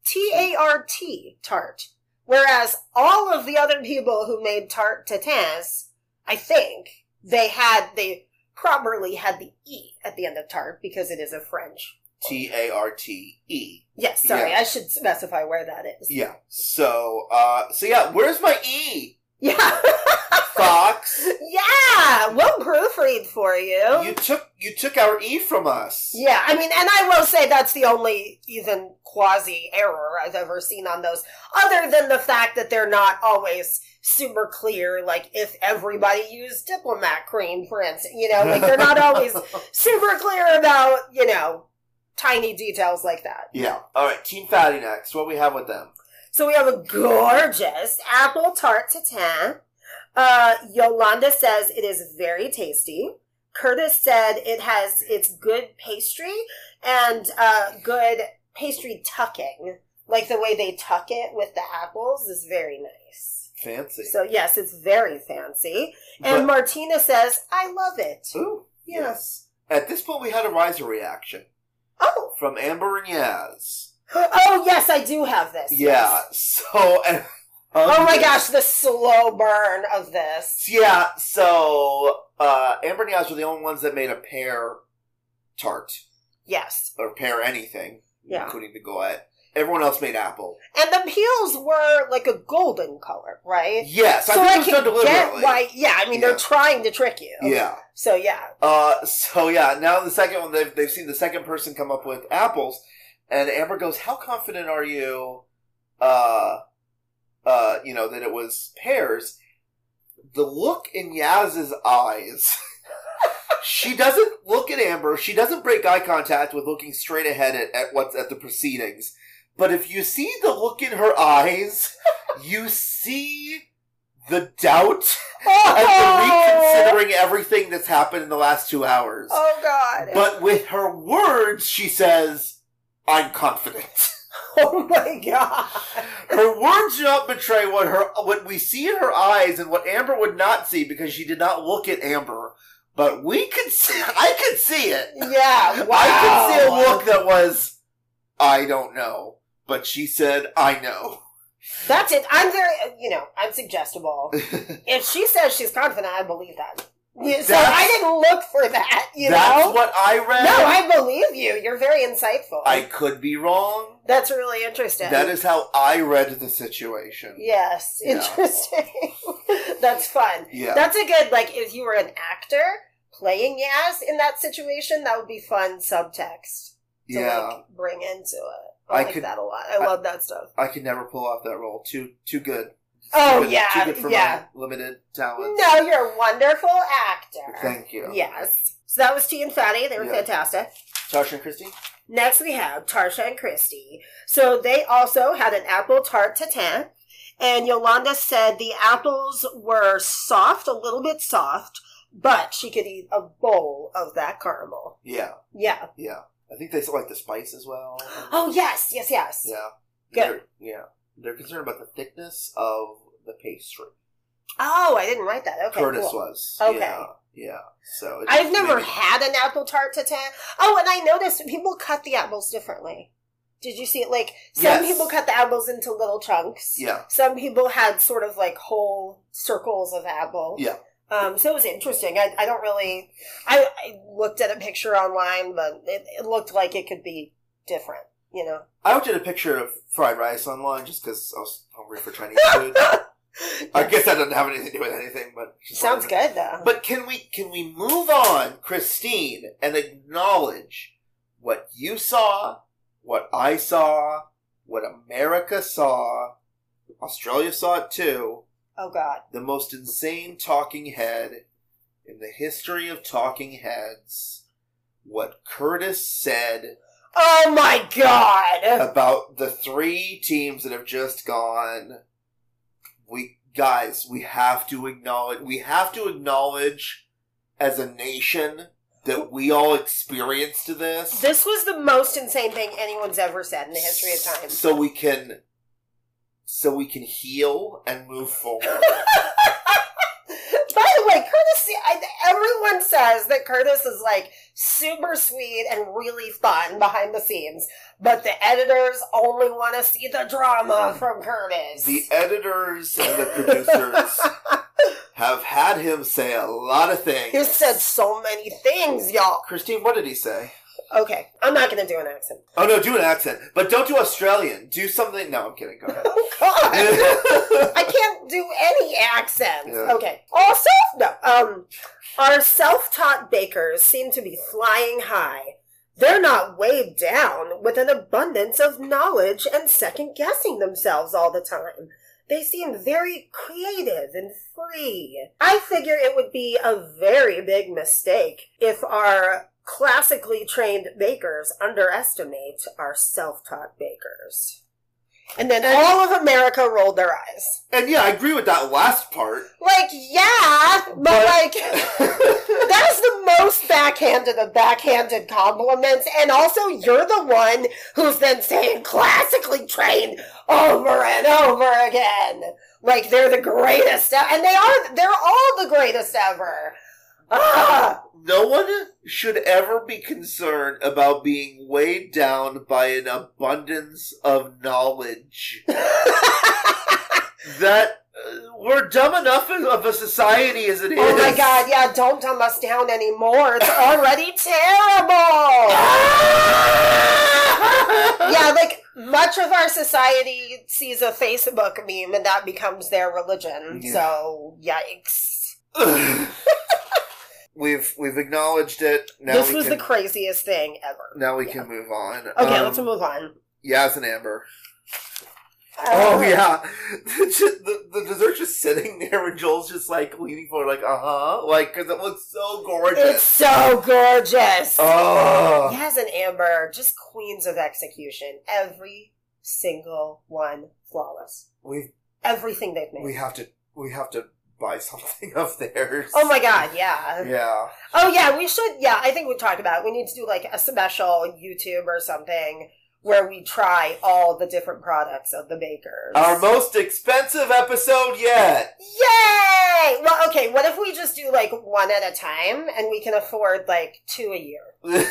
T A R T tart. Whereas all of the other people who made tart tatins, I think they had they properly had the e at the end of tart because it is a French.
T-A-R-T-E.
Yes, sorry,
Yeah.
I should specify where that is.
E. Yeah, so, uh, so yeah, where's my E?
Yeah,
Fox,
yeah. We'll proofread for you.
you took, you took our E from us.
Yeah, I mean, and I will say that's the only even quasi error I've ever seen on those, other than the fact that they're not always super clear. Like if everybody used diplomat cream, for instance, you know, like they're not always super clear about you know tiny details like that.
Yeah. All right, Team Fatty next. What we have with them?
So we have a gorgeous apple tart tatin. Uh, Yolanda says it is very tasty. Curtis said it has it's good pastry and uh, good pastry tucking. Like the way they tuck it with the apples is very nice.
Fancy.
So yes, it's very fancy.
But-
And Martina says, "I love it."
Ooh,
Yeah.
yes. At this point, we had a riser reaction
Oh,
from Amber and Yaz.
oh yes, I do have this.
Yeah.
yes.
So. And,
Oh my gosh, the slow burn of this.
Yeah. So uh, Amber and Yaz were the only ones that made a pear tart
Yes.
or pear anything,
Yeah.
including the goat. Everyone else made apple.
And the peels were like a golden color, right?
Yes,
so
I
I
think it was
can
done
get
deliberately.
why. Yeah, I mean
Yeah.
they're trying to trick you.
yeah.
So yeah,
Uh, so yeah, now the second one, they've, they've seen the second person come up with apples, and Amber goes, how confident are you, uh, uh, you know, that it was pears? The look in Yaz's eyes. she doesn't look at Amber. She doesn't break eye contact with looking straight ahead at, at what's at the proceedings. But if you see the look in her eyes, you see the doubt
Oh!
and the reconsidering everything that's happened in the last two hours.
oh god,
But with her words, she says, "I'm confident."
oh my god,
Her words do not betray what her what we see in her eyes and what Amber would not see because she did not look at Amber. But we could see. I could see it.
yeah, wow.
I could see a look that was, "I don't know," but she said, "I know."
That's it. I'm very, you know, I'm suggestible. if she says she's confident, I believe that. You- so
That's-
I didn't look for that, you
That's
know?
what I read.
no, I believe you. You're very insightful.
I could be wrong.
That's really interesting.
That is how I read the situation.
Yes,
Yeah.
interesting. That's fun.
Yeah.
That's a good like if you were an actor playing Yaz in that situation, that would be fun subtext to
yeah.
like bring into it. I,
I
like
could-
that a lot. I,
I-
love that stuff.
I could never pull off that role. Too too good.
Oh
Too good-
yeah,
Too good for
yeah.
my limited talent.
No, you're a wonderful actor.
Thank you.
Yes. So that was Tea and Fatty. They were
Yeah.
fantastic.
Tasha and Christy?
Next, we have Tarsha and Christy. So they also had an apple tart tatin, and Yolanda said the apples were soft, a little bit soft, but she could eat a bowl of that caramel.
Yeah.
Yeah.
Yeah. I think they still like the spice as well.
Oh yes, yes, yes.
Yeah.
Good.
They're- yeah. They're concerned about the thickness of the pastry.
Oh, I didn't write that. Okay,
Curtis
cool.
was.
Okay.
Yeah. Yeah. So it
I've
just
never
made me-
had an apple tart tatin. Oh, and I noticed people cut the apples differently. Did you see it? Like some
Yes.
people cut the apples into little chunks.
Yeah.
Some people had sort of like whole circles of apple.
Yeah.
Um, so it was interesting. I, I don't really. I, I looked at a picture online, but it, it looked like it could be different. You know.
I looked at a picture of fried rice online just because I was hungry for Chinese food. I guess that doesn't have anything to do with anything, but just
Sounds
wanted to-
good though.
But can we can we move on, Christine, and acknowledge what you saw, what I saw, what America saw, Australia saw it too.
oh God.
The most insane talking head in the history of talking heads. What Curtis said
Oh my
Uh,
God.
about the three teams that have just gone. We guys, we have to acknowledge. We have to acknowledge as a nation that we all experienced this.
This was the most insane thing anyone's ever said in the history of time.
So we can, so we can heal and move forward.
By the way, Curtis, I, everyone says that Curtis is like super sweet and really fun behind the scenes, but the editors only want to see the drama from Curtis.
the editors and the producers have had him say a lot of
he
things.
said so many things, y'all.
Christine, what did he say?
Okay, I'm not going to do an accent.
Oh no, do an accent, but don't do Australian. Do something. No, I'm kidding. Go ahead.
Oh, God. I
I
can't do any accents.
Yeah.
Okay. Also, no. Um, our self-taught bakers seem to be flying high. They're not weighed down with an abundance of knowledge and second guessing themselves all the time. They seem very creative and free. I figure it would be a very big mistake if our classically trained bakers underestimate our self-taught bakers. And then all of America rolled their eyes.
And yeah, I agree with that last part.
Like, yeah, but,
But-
like, that is the most backhanded of backhanded compliments. And also, you're the one who's then saying classically trained over and over again. Like, they're the greatest. e- And they are, they're all the greatest ever. Ah,
No one should ever be concerned about being weighed down by an abundance of knowledge. that uh, we're dumb enough of a society as it is.
oh my god, yeah, don't dumb us down anymore. It's already terrible. yeah, like much of our society sees a Facebook meme and that becomes their religion.
Yeah.
So yikes.
Yeah. we've we've acknowledged it. Now
this
we
was
can,
the craziest thing ever.
now we
yeah.
can move on.
Okay,
Um,
let's move on.
Yaz and Amber. Oh
Uh,
yeah, the, the dessert's just sitting there, and Joel's just like leaning forward, like uh huh, like because it looks so
It's
gorgeous.
so gorgeous.
Oh,
Yaz and Amber, just queens of execution. Every single one flawless.
we
Everything they've made.
we have to we have to buy something of theirs.
Oh my god, yeah.
Yeah,
Oh yeah, we should. Yeah, I think we talked about. It. We need to do like a special YouTube or something where we try all the different products of the bakers.
our most expensive episode yet.
Yay! Well, okay. What if we just do like one at a time, and we can afford like two a year,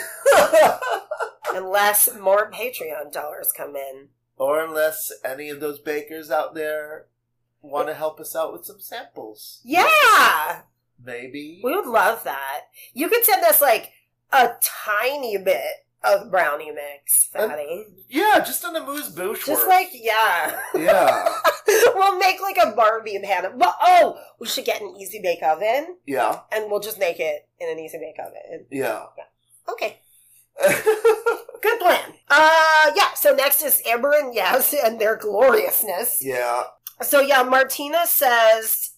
unless more Patreon dollars come in.
or unless any of those bakers out there want to help us out with some samples.
Yeah.
Maybe.
We would love that. You could send us like a tiny bit of brownie mix,
And-
Fatty.
Yeah, just an amuse bouche.
Just like yeah.
Yeah.
we'll make like a Barbie pan. Well, oh, we should get an easy bake oven,
Yeah.
and we'll just make it in an easy bake oven.
Yeah.
Okay, good plan. Uh, yeah. So next is Amber and Yes and their gloriousness.
yeah.
So yeah, Martina says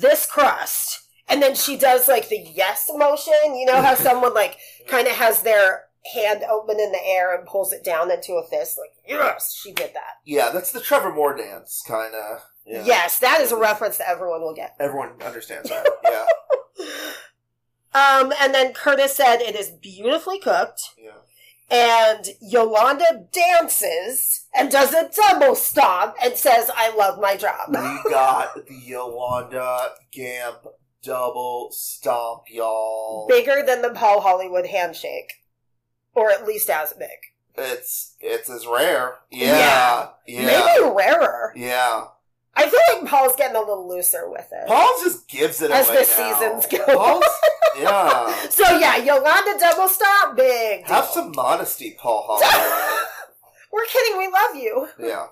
this crust, and then she does like the yes motion. You know how someone like kind of has their hand open in the air and pulls it down into a fist, like yes, she did that.
Yeah, that's the Trevor Moore dance, kind of. Yeah.
Yes, that is a reference that everyone will get.
Everyone understands that. Yeah.
Um, and then Curtis said it is beautifully cooked,
Yeah.
and Yolanda dances and does a double stomp and says, "I love my job."
We got the Yolanda Gamp double stomp, y'all.
Bigger than the Paul Hollywood handshake, or at least as big.
It's it's as rare. Yeah.
Yeah.
Yeah.
Maybe rarer.
Yeah.
I feel like Paul's getting a little looser with it
Paul just gives it
as
away
the
now.
seasons go.
Paul's, yeah.
So yeah, Yolanda double stop, big.
Have
deal.
some modesty, Paul Hollywood.
We're kidding. We love you.
yeah.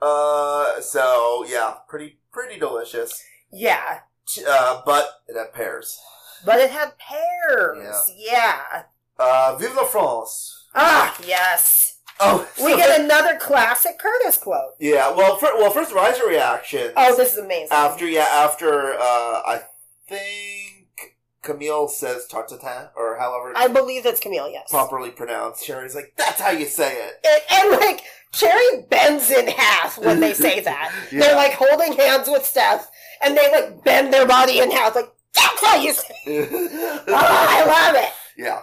Uh. So yeah, pretty pretty delicious.
Yeah,
Uh. But it had pears.
but it had pears. Yeah.
Uh. Vive la France.
Ah, yes.
Oh.
We
so-
get another classic Curtis quote.
Yeah. Well. fir- well. First, rise your reaction.
Oh, this is amazing.
After yeah, after uh, I think Camille says tartatin or however it's
I believe that's Camille. Yes.
properly pronounced. Sherry's like, that's how you say it.
And, and like Cherry bends in half when they say that.
Yeah.
They're like holding hands with Steph, and they like bend their body in half. Like that's how you say. Oh, I love it.
yeah,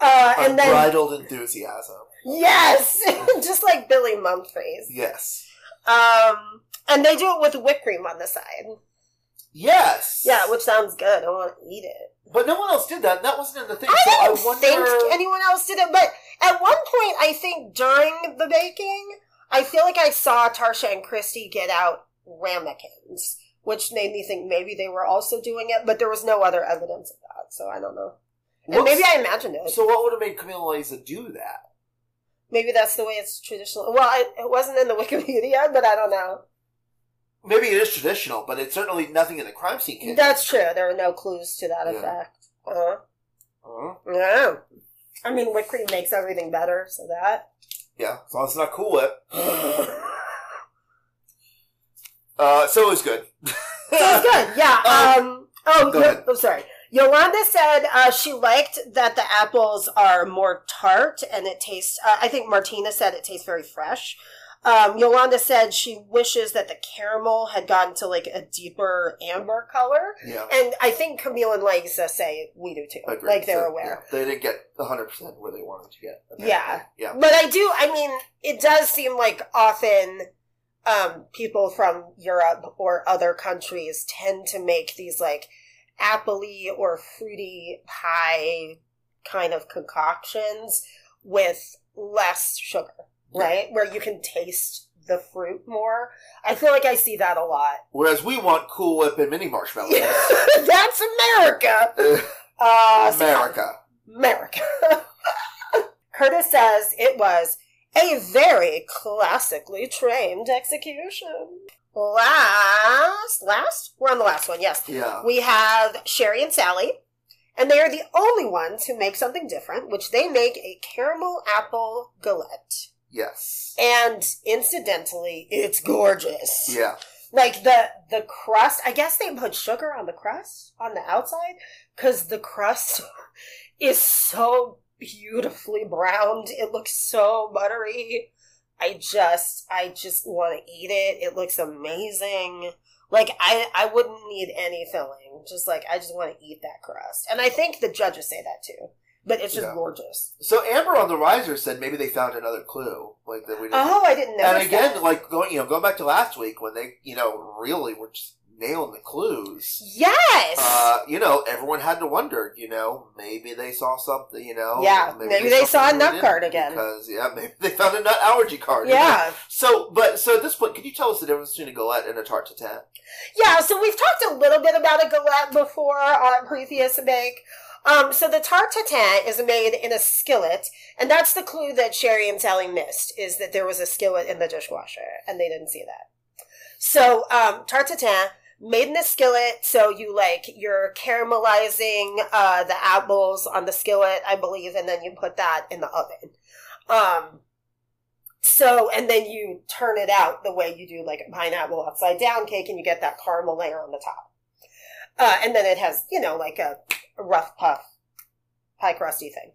Uh, and then
unbridled enthusiasm.
yes, just like Billy Mumfries.
Yes,
Um, and they do it with whipped cream on the side.
yes,
Yeah, which sounds good. I want to eat it.
but no one else did that. That wasn't in the thing.
I
so I
don't
wonder.
think anyone else did it, but at one point, I think during the baking, I feel like I saw Tarsha and Christy get out ramekins, which made me think maybe they were also doing it, but there was no other evidence of that, so I don't know. And
What's-
maybe I imagined it.
So what would have made Camille Liza do that?
maybe that's the way it's traditional. Well, I, it wasn't in the Wikipedia, but I don't know.
Maybe it is traditional, but it's certainly nothing in the crime scene kit.
That's true. There are no clues to that
Yeah.
effect. Uh-huh.
Huh?
Yeah. I mean, whipped cream makes everything better, so that.
Yeah, as long as it's not Cool Whip. uh, so it was good.
So it's good, yeah. Um, oh,
Uh, go
no,
ahead.
I'm sorry. Yolanda said uh, she liked that the apples are more tart and it tastes, uh, I think Martina said it tastes very fresh. Um, Yolanda said she wishes that the caramel had gotten to like a deeper amber color.
yeah.
And I think Camille and Lisa say we do too.
Agreed.
Like they're
So,
aware.
yeah, they didn't get 100% where they wanted to get. apparently.
Yeah.
Yeah.
But I do, I mean, it does seem like often um, people from Europe or other countries tend to make these like apple or fruity pie kind of concoctions with less sugar, right? Where you can taste the fruit more. I feel like I see that a lot.
Whereas we want Cool Whip and mini marshmallows.
That's America. Uh, so-
America.
America. Curtis says it was a very classically trained execution. Last, last? We're on the last one, yes.
Yeah.
We have Sherry and Sally, and they are the only ones who make something different, which they make a caramel apple galette.
Yes.
And incidentally, it's gorgeous.
Yeah.
Like the the crust, I guess they put sugar on the crust on the outside because the crust is so beautifully browned. It looks so buttery. I just I just want to eat it. It looks amazing. Like I I wouldn't need any filling. Just like I just want to eat that crust. And I think the judges say that too. But it's just
Yeah.
gorgeous.
So Amber on the Riser said maybe they found another clue. Like that we didn't.
Oh, I didn't know.
and again, like going, you know, going back to last week when they, you know, really were just nailing the clues.
Yes.
Uh, you know, everyone had to wonder. You know, maybe they saw something. You know,
Yeah, maybe they saw a
something
nut
we didn't
card again.
Because yeah, maybe they found a nut allergy card. you know?
yeah.
So, but so at this point, could you tell us the difference between a galette and a tart tatin?
Yeah, so we've talked a little bit about a galette before on a previous make. Um, so the tart tatin is made in a skillet, and that's the clue that Sherry and Sally missed is that there was a skillet in the dishwasher, and they didn't see that. So um, tart tatin made in a skillet, so you like you're caramelizing uh, the apples on the skillet, I believe, and then you put that in the oven. Um, so, and then you turn it out the way you do like a pineapple upside down cake and you get that caramel layer on the top. Uh, and then it has, you know, like a, a rough puff pie crusty thing.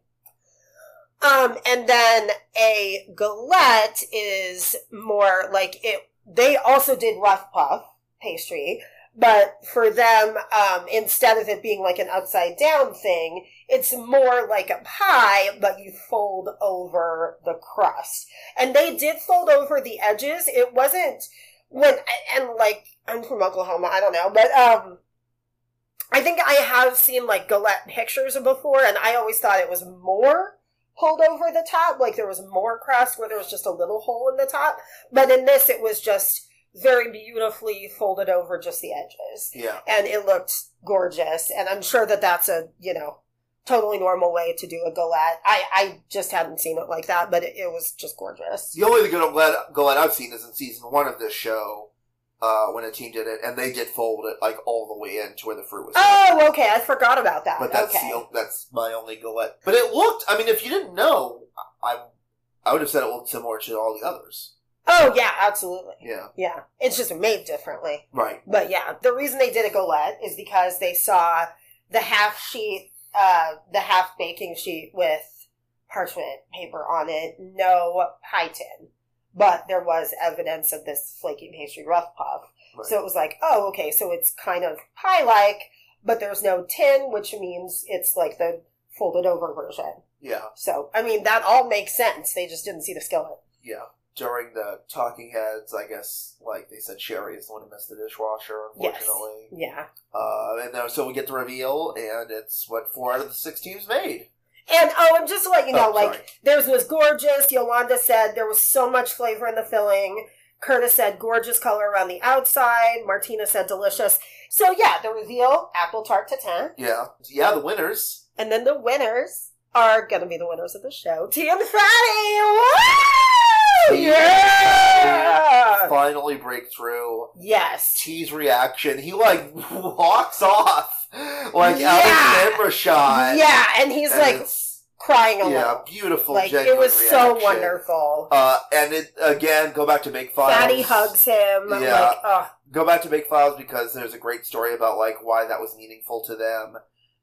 Um, and then a galette is more like it, they also did rough puff pastry, but for them, um, instead of it being like an upside down thing, it's more like a pie, but you fold over the crust and they did fold over the edges. It wasn't when and like I'm from Oklahoma, I don't know, but um, I think I have seen like galette pictures before, and I always thought it was more pulled over the top, like there was more crust where there was just a little hole in the top, but in this it was just very beautifully folded over just the edges
Yeah.
and it looked gorgeous. And I'm sure that that's a you know totally normal way to do a galette. I I just hadn't seen it like that, but it, it was just gorgeous.
The only good galette, galette I've seen is in season one of this show uh, when a team did it, and they did fold it like all the way in to where the fruit was.
Oh, okay, I forgot about that.
but that's
okay.
the, o- that's my only galette. But it looked. I mean, if you didn't know, I I would have said it looked similar to all the others.
oh yeah, absolutely.
Yeah.
Yeah, it's just made differently.
Right.
But yeah, the reason they did a galette is because they saw the half sheet, uh, the half baking sheet with parchment paper on it, no pie tin. But there was evidence of this flaky pastry rough puff.
right.
So it was like, oh, okay, so it's kind of pie like, but there's no tin, which means it's like the folded over version.
yeah.
So, I mean, that all makes sense. They just didn't see the skillet.
Yeah. During the talking heads, I guess like they said, Sherry is the one who missed the dishwasher.
Yes.
Unfortunately.
Yeah.
Uh, and then, so we get the reveal, and it's what four out of the six teams made.
And oh, and just to let you know,
Oh,
like,
sorry.
theirs was gorgeous. Yolanda said there was so much flavor in the filling. Curtis said gorgeous color around the outside. Martina said delicious. So, yeah, the reveal apple tart tatin.
yeah, yeah, the winners.
And then the winners are gonna be the winners of the show. Tea and Fatty! Woo! Yeah!
Finally, break through.
Yes.
T's reaction. He like walks off like out
Yeah.
of camera shot.
Yeah, and he's
And
like
it's-
crying a
yeah,
lot.
beautiful.
Like it
genuine
was so
reaction.
wonderful.
Uh, and it again go back to make files.
Fatty hugs him.
Yeah.
Like, oh,
Go back to make files because there's a great story about like why that was meaningful to them.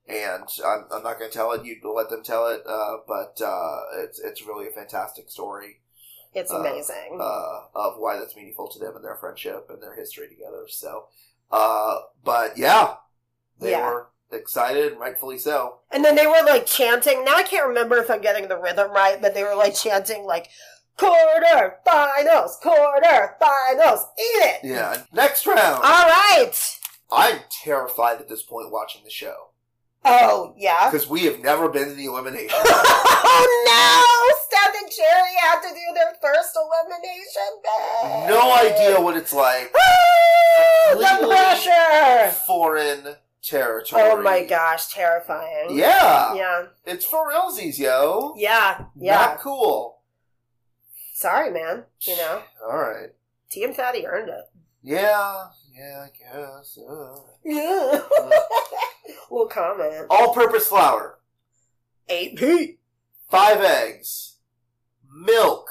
And I'm, I'm not going to tell it. You let them tell it. Uh, but uh, it's it's really a fantastic story.
it's
Uh,
amazing.
uh, of why that's meaningful to them and their friendship and their history together. So, uh, but yeah, they
Yeah.
were excited, and rightfully so.
and then they were like chanting. Now I can't remember if I'm getting the rhythm right, but they were like chanting like quarter finals, quarter finals, eat it.
Yeah. Next round,
All right.
I'm terrified at this point watching the show
Oh yeah.
because we have never been to the elimination.
oh no! Steph and Jerry had to do their first elimination bid.
no idea what it's like.
Woo! The
Completely
pressure.
Foreign territory.
Oh my gosh! Terrifying.
Yeah,
Yeah.
it's for realsies, yo.
Yeah.
Not
Yeah.
cool.
Sorry, man. You know,
All right.
T and Fatty earned it.
Yeah. Yeah. I guess. uh.
we'll comment.
All-purpose flour.
AP.
five eggs, milk,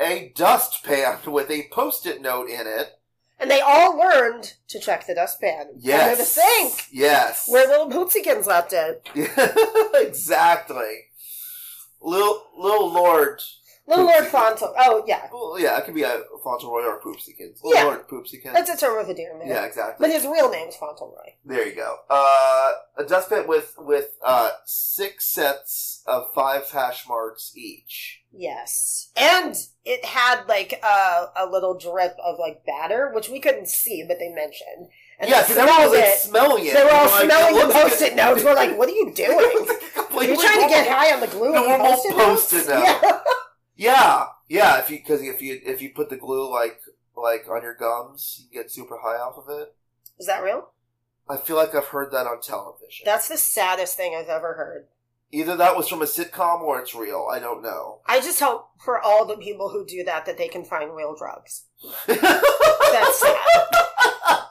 a dustpan with a post-it note in it.
And they all learned to check the dustpan
Yes.
under the sink
Yes.
where little Bootsikins left it.
exactly. Little little Lord
Little Lord Fauntleroy. Oh, yeah.
Well, yeah, it could be a Fauntleroy or Poopsie Kids. Little
Yeah.
Lord Poopsie Kids.
That's a term of endearment.
yeah, exactly.
But his real name's Fauntleroy.
There you go. Uh, a dust pit with with uh, six sets of five hash marks each.
Yes. And it had like a, a little drip of like batter, which we couldn't see, but they mentioned. And
yeah,
they
because everyone was
smelled
like smelling
it.
it.
They were all
Like,
smelling
it
the
looks like
post-it
a-
notes. We're like, what are you
It
doing?
looks like a completely
You're trying to get high on the glue on
normal
the post-it notes?
Post-it note.
Yeah.
Yeah, yeah. If you because if you if you put the glue like like on your gums, you get super high off of it.
Is that real?
I feel like I've heard that on television.
That's the saddest thing I've ever heard.
Either that was from a sitcom or it's real. I don't know.
I just hope for all the people who do that that they can find real drugs. That's
That's
sad.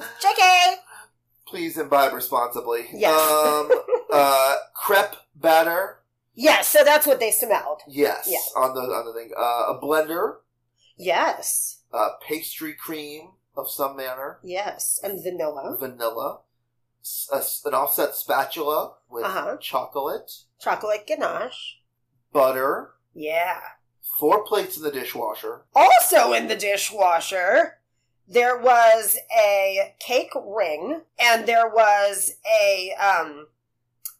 JK!
Please imbibe responsibly.
Yes.
Um, uh, crepe batter.
Yes, so that's what they smelled.
Yes.
Yeah.
On the on the thing, uh, a blender,
Yes.
uh, pastry cream of some manner,
Yes. And vanilla.
vanilla, s- a s- an offset spatula with
Uh-huh.
chocolate,
Chocolate ganache.
butter,
Yeah.
four plates in the dishwasher.
Also in the dishwasher, there was a cake ring and there was a um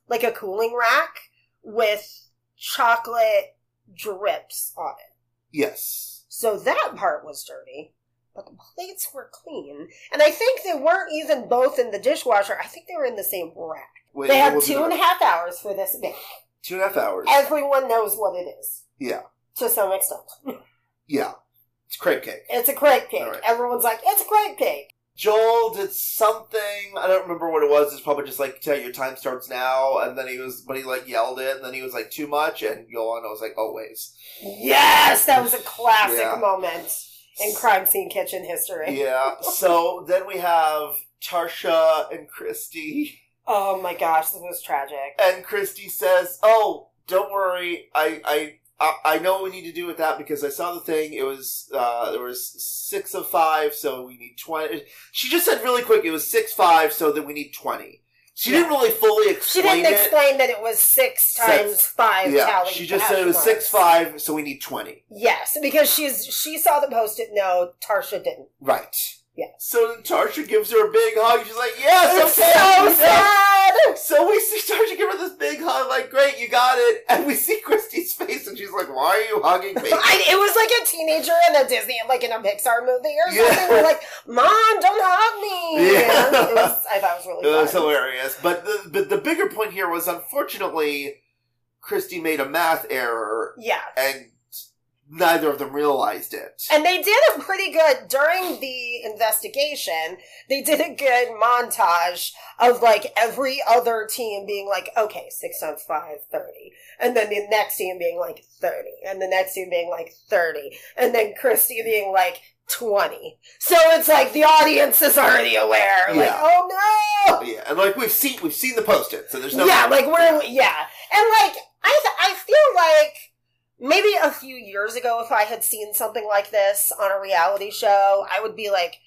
like a cooling rack with chocolate drips on it.
Yes.
So that part was dirty, but the plates were clean. And I think they weren't even both in the dishwasher. I think they were in the same rack.
Wait,
They
what
had
was
two and a
it?
half hours for this bake.
Two and a half hours.
Everyone knows what it is.
Yeah.
To some extent.
yeah. It's crepe cake.
It's a crepe cake.
All right.
Everyone's like, it's a crepe cake.
Joel did something. I don't remember what it was. It's probably just like tell your time starts now, and then he was, but he like yelled it, and then he was like too much, and Yolanda was like always.
Yes, that was a classic
Yeah.
moment in crime scene kitchen history.
Yeah. So then we have Tarsha and Christy,
Oh my gosh, this was tragic.
and Christy says, "Oh, don't worry, I I." I I know what we need to do with that because I saw the thing. It was uh, there was six of five, so we need twenty. She just said really quick, it was six five, so that we need twenty. She didn't really fully
She
explain
didn't
it.
explain that it was six
Six.
times five.
Yeah,
tally
she just said it was
hash
six
marks.
five, so we need twenty.
Yes, because she's she saw the post-it note. Tarsha didn't.
Right.
Yeah.
So then Tarsha gives her a big hug. She's like, "Yes,
it's
okay."
so
we know."
sad.
So we see Tarsha give her this big hug, like, "Great, you got it." And we see Christy's face, and she's like, "Why are you hugging me?"
I, it was like a teenager in a Disney, like in a Pixar movie or
Yeah.
something. We're like, "Mom, don't hug me."
Yeah.
It was, I thought it was
it
really.
was
fun.
hilarious. But the but the bigger point here was, unfortunately, Christy made a math error,
Yeah.
and neither of them realized it.
And they did a pretty good during the investigation. They did a good montage of like every other team being like, okay, six on five, 30. And then the next team being like 30. And the next team being like 30. And then Christy being like 20. So it's like the audience is already aware. Like,
Yeah.
oh no!
yeah, and like we've seen we've seen the post it, so there's no
yeah, like we're yeah, and like I th- I feel like maybe a few years ago, if I had seen something like this on a reality show, I would be like,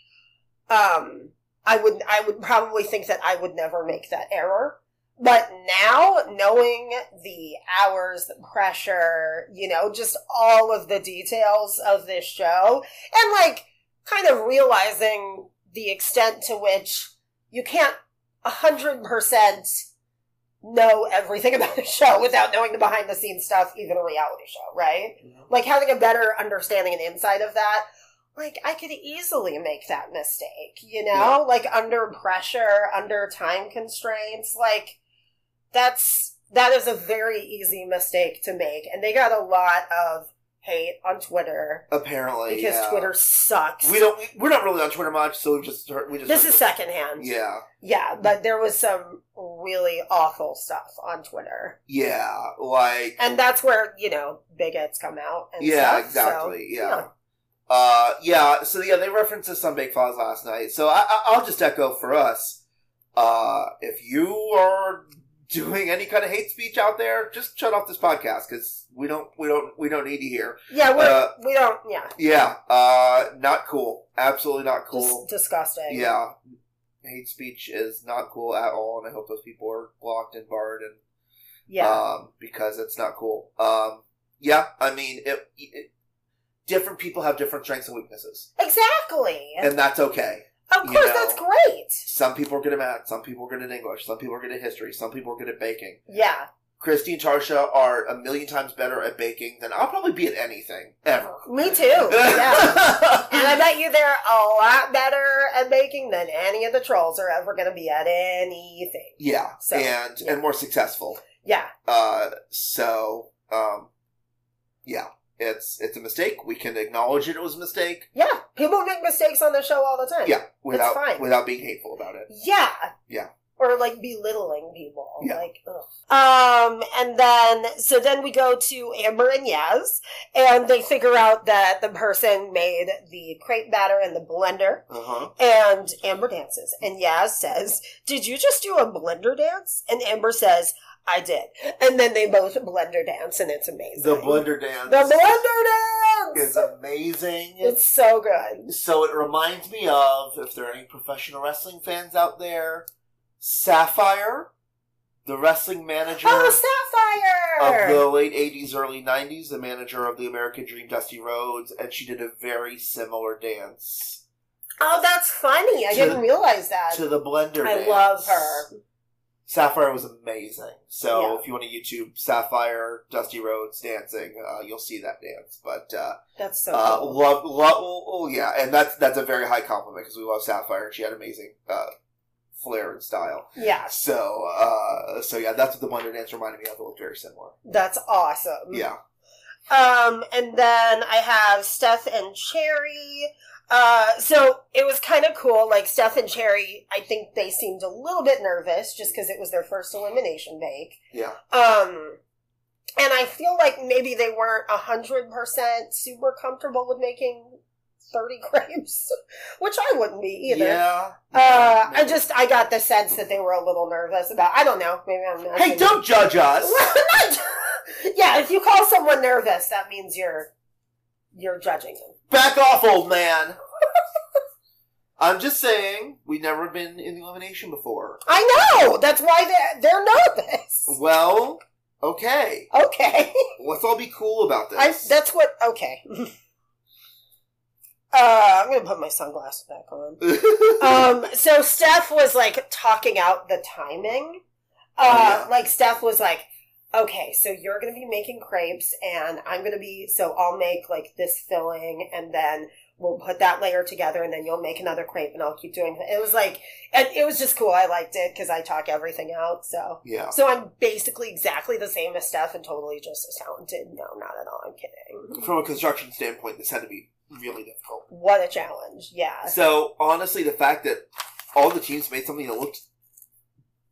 um, I would I would probably think that I would never make that error. But now, knowing the hours, the pressure, you know, just all of the details of this show, and like kind of realizing the extent to which you can't a hundred percent know everything about the show without knowing the behind the scenes stuff, even a reality show, right? Like having a better understanding and insight of that, like I could easily make that mistake, you know?
Yeah.
Like under pressure, under time constraints, like that's that is a very easy mistake to make. And they got a lot of hate on Twitter
apparently
because
yeah.
Twitter sucks.
We don't. We're not really on Twitter much, so we just heard, we just.
this
heard-
is secondhand.
Yeah,
yeah, but there was some really awful stuff on Twitter.
yeah, like
and that's where you know bigots come out. And
yeah,
stuff,
exactly,
so,
yeah. Uh, yeah. So yeah, they referenced this on Big Files last night. So I, I, I'll just echo for us. Uh, if you are doing any kind of hate speech out there, just shut off this podcast because we don't, we don't, we don't need to hear.
yeah, we're,
Uh,
we don't. Yeah,
Yeah. Uh, not cool. Absolutely not cool.
just disgusting.
yeah. Hate speech is not cool at all, and I hope those people are blocked and barred and
yeah.
um, because it's not cool. Um, Yeah, I mean, it, it, different people have different strengths and weaknesses,
Exactly.
and that's okay.
of
you
course,
know.
that's great.
Some people are good at math, some people are good at English, some people are good at history, some people are good at baking.
Yeah.
Christy and Tarsha are a million times better at baking than I'll probably be at anything ever.
Me too. Yeah. And I bet you they're a lot better at baking than any of the trolls are ever going to be at anything.
yeah,
So,
and
yeah.
and more successful.
Yeah.
Uh, so um, yeah, it's it's a mistake. We can acknowledge it. It was a mistake.
Yeah. People make mistakes on the show all the time.
Yeah, without
fine.
without being hateful about it.
Yeah.
Yeah.
Or like belittling people.
Yeah.
Like, ugh. Um, and then, so then we go to Amber and Yaz, and they figure out that the person made the crepe batter and the blender,
Uh huh.
and Amber dances. And Yaz says, Did you just do a blender dance? And Amber says, I did. And then they both blender dance, and it's amazing.
The blender dance.
The blender dance!
is amazing.
It's so good.
So it reminds me of, if there are any professional wrestling fans out there, Sapphire, the wrestling manager
Oh,
of
Sapphire!
the late 80s, early 90s, the manager of the American Dream, Dusty Rhodes, and she did a very similar dance
Oh, that's funny. I
To-
didn't realize that.
to the Blender
I
dance.
love her.
Sapphire was amazing. So
Yeah.
if you want to YouTube Sapphire, Dusty Rhodes dancing, uh, you'll see that dance. But uh,
That's so
Uh,
cool.
love, love, oh, oh, yeah, and that's that's a very high compliment because we love Sapphire. and She had amazing uh, flair and style.
Yeah,
So, uh, so yeah, that's what the Wonder Dance reminded me of. It looked very similar.
that's awesome.
Yeah,
Um, and then I have Steph and Cherry. Uh, so it was kind of cool. Like Steph and Cherry, I think they seemed a little bit nervous just because it was their first elimination bake.
yeah,
Um, and I feel like maybe they weren't a hundred percent super comfortable with making thirty crepes, which I wouldn't be either.
yeah.
Uh, I
Maybe.
just I got the sense that they were a little nervous about. I don't know. Maybe I'm. not-
Hey, don't judge us.
Not- yeah, if you call someone nervous, that means you're you're judging them.
Back off, old man. I'm just saying, we've never been in the elimination before.
I know. That's why they're they're nervous.
Well, okay,
Okay,
let's all be cool about
I,
this.
that's what. Okay. Uh, I'm gonna put my sunglasses back on. Um, so Steph was like talking out the timing. Uh,
Oh, yeah.
like Steph was like, okay, so you're gonna be making crepes and I'm gonna be, so I'll make like this filling and then we'll put that layer together and then you'll make another crepe and I'll keep doing it. It was like, and it was just cool. I liked it because I talk everything out. So,
yeah.
so I'm basically exactly the same as Steph and totally just as talented. No, not at all. I'm kidding.
From a construction standpoint, this had to be really difficult.
What a challenge. Yeah.
So honestly, the fact that all the teams made something that looked,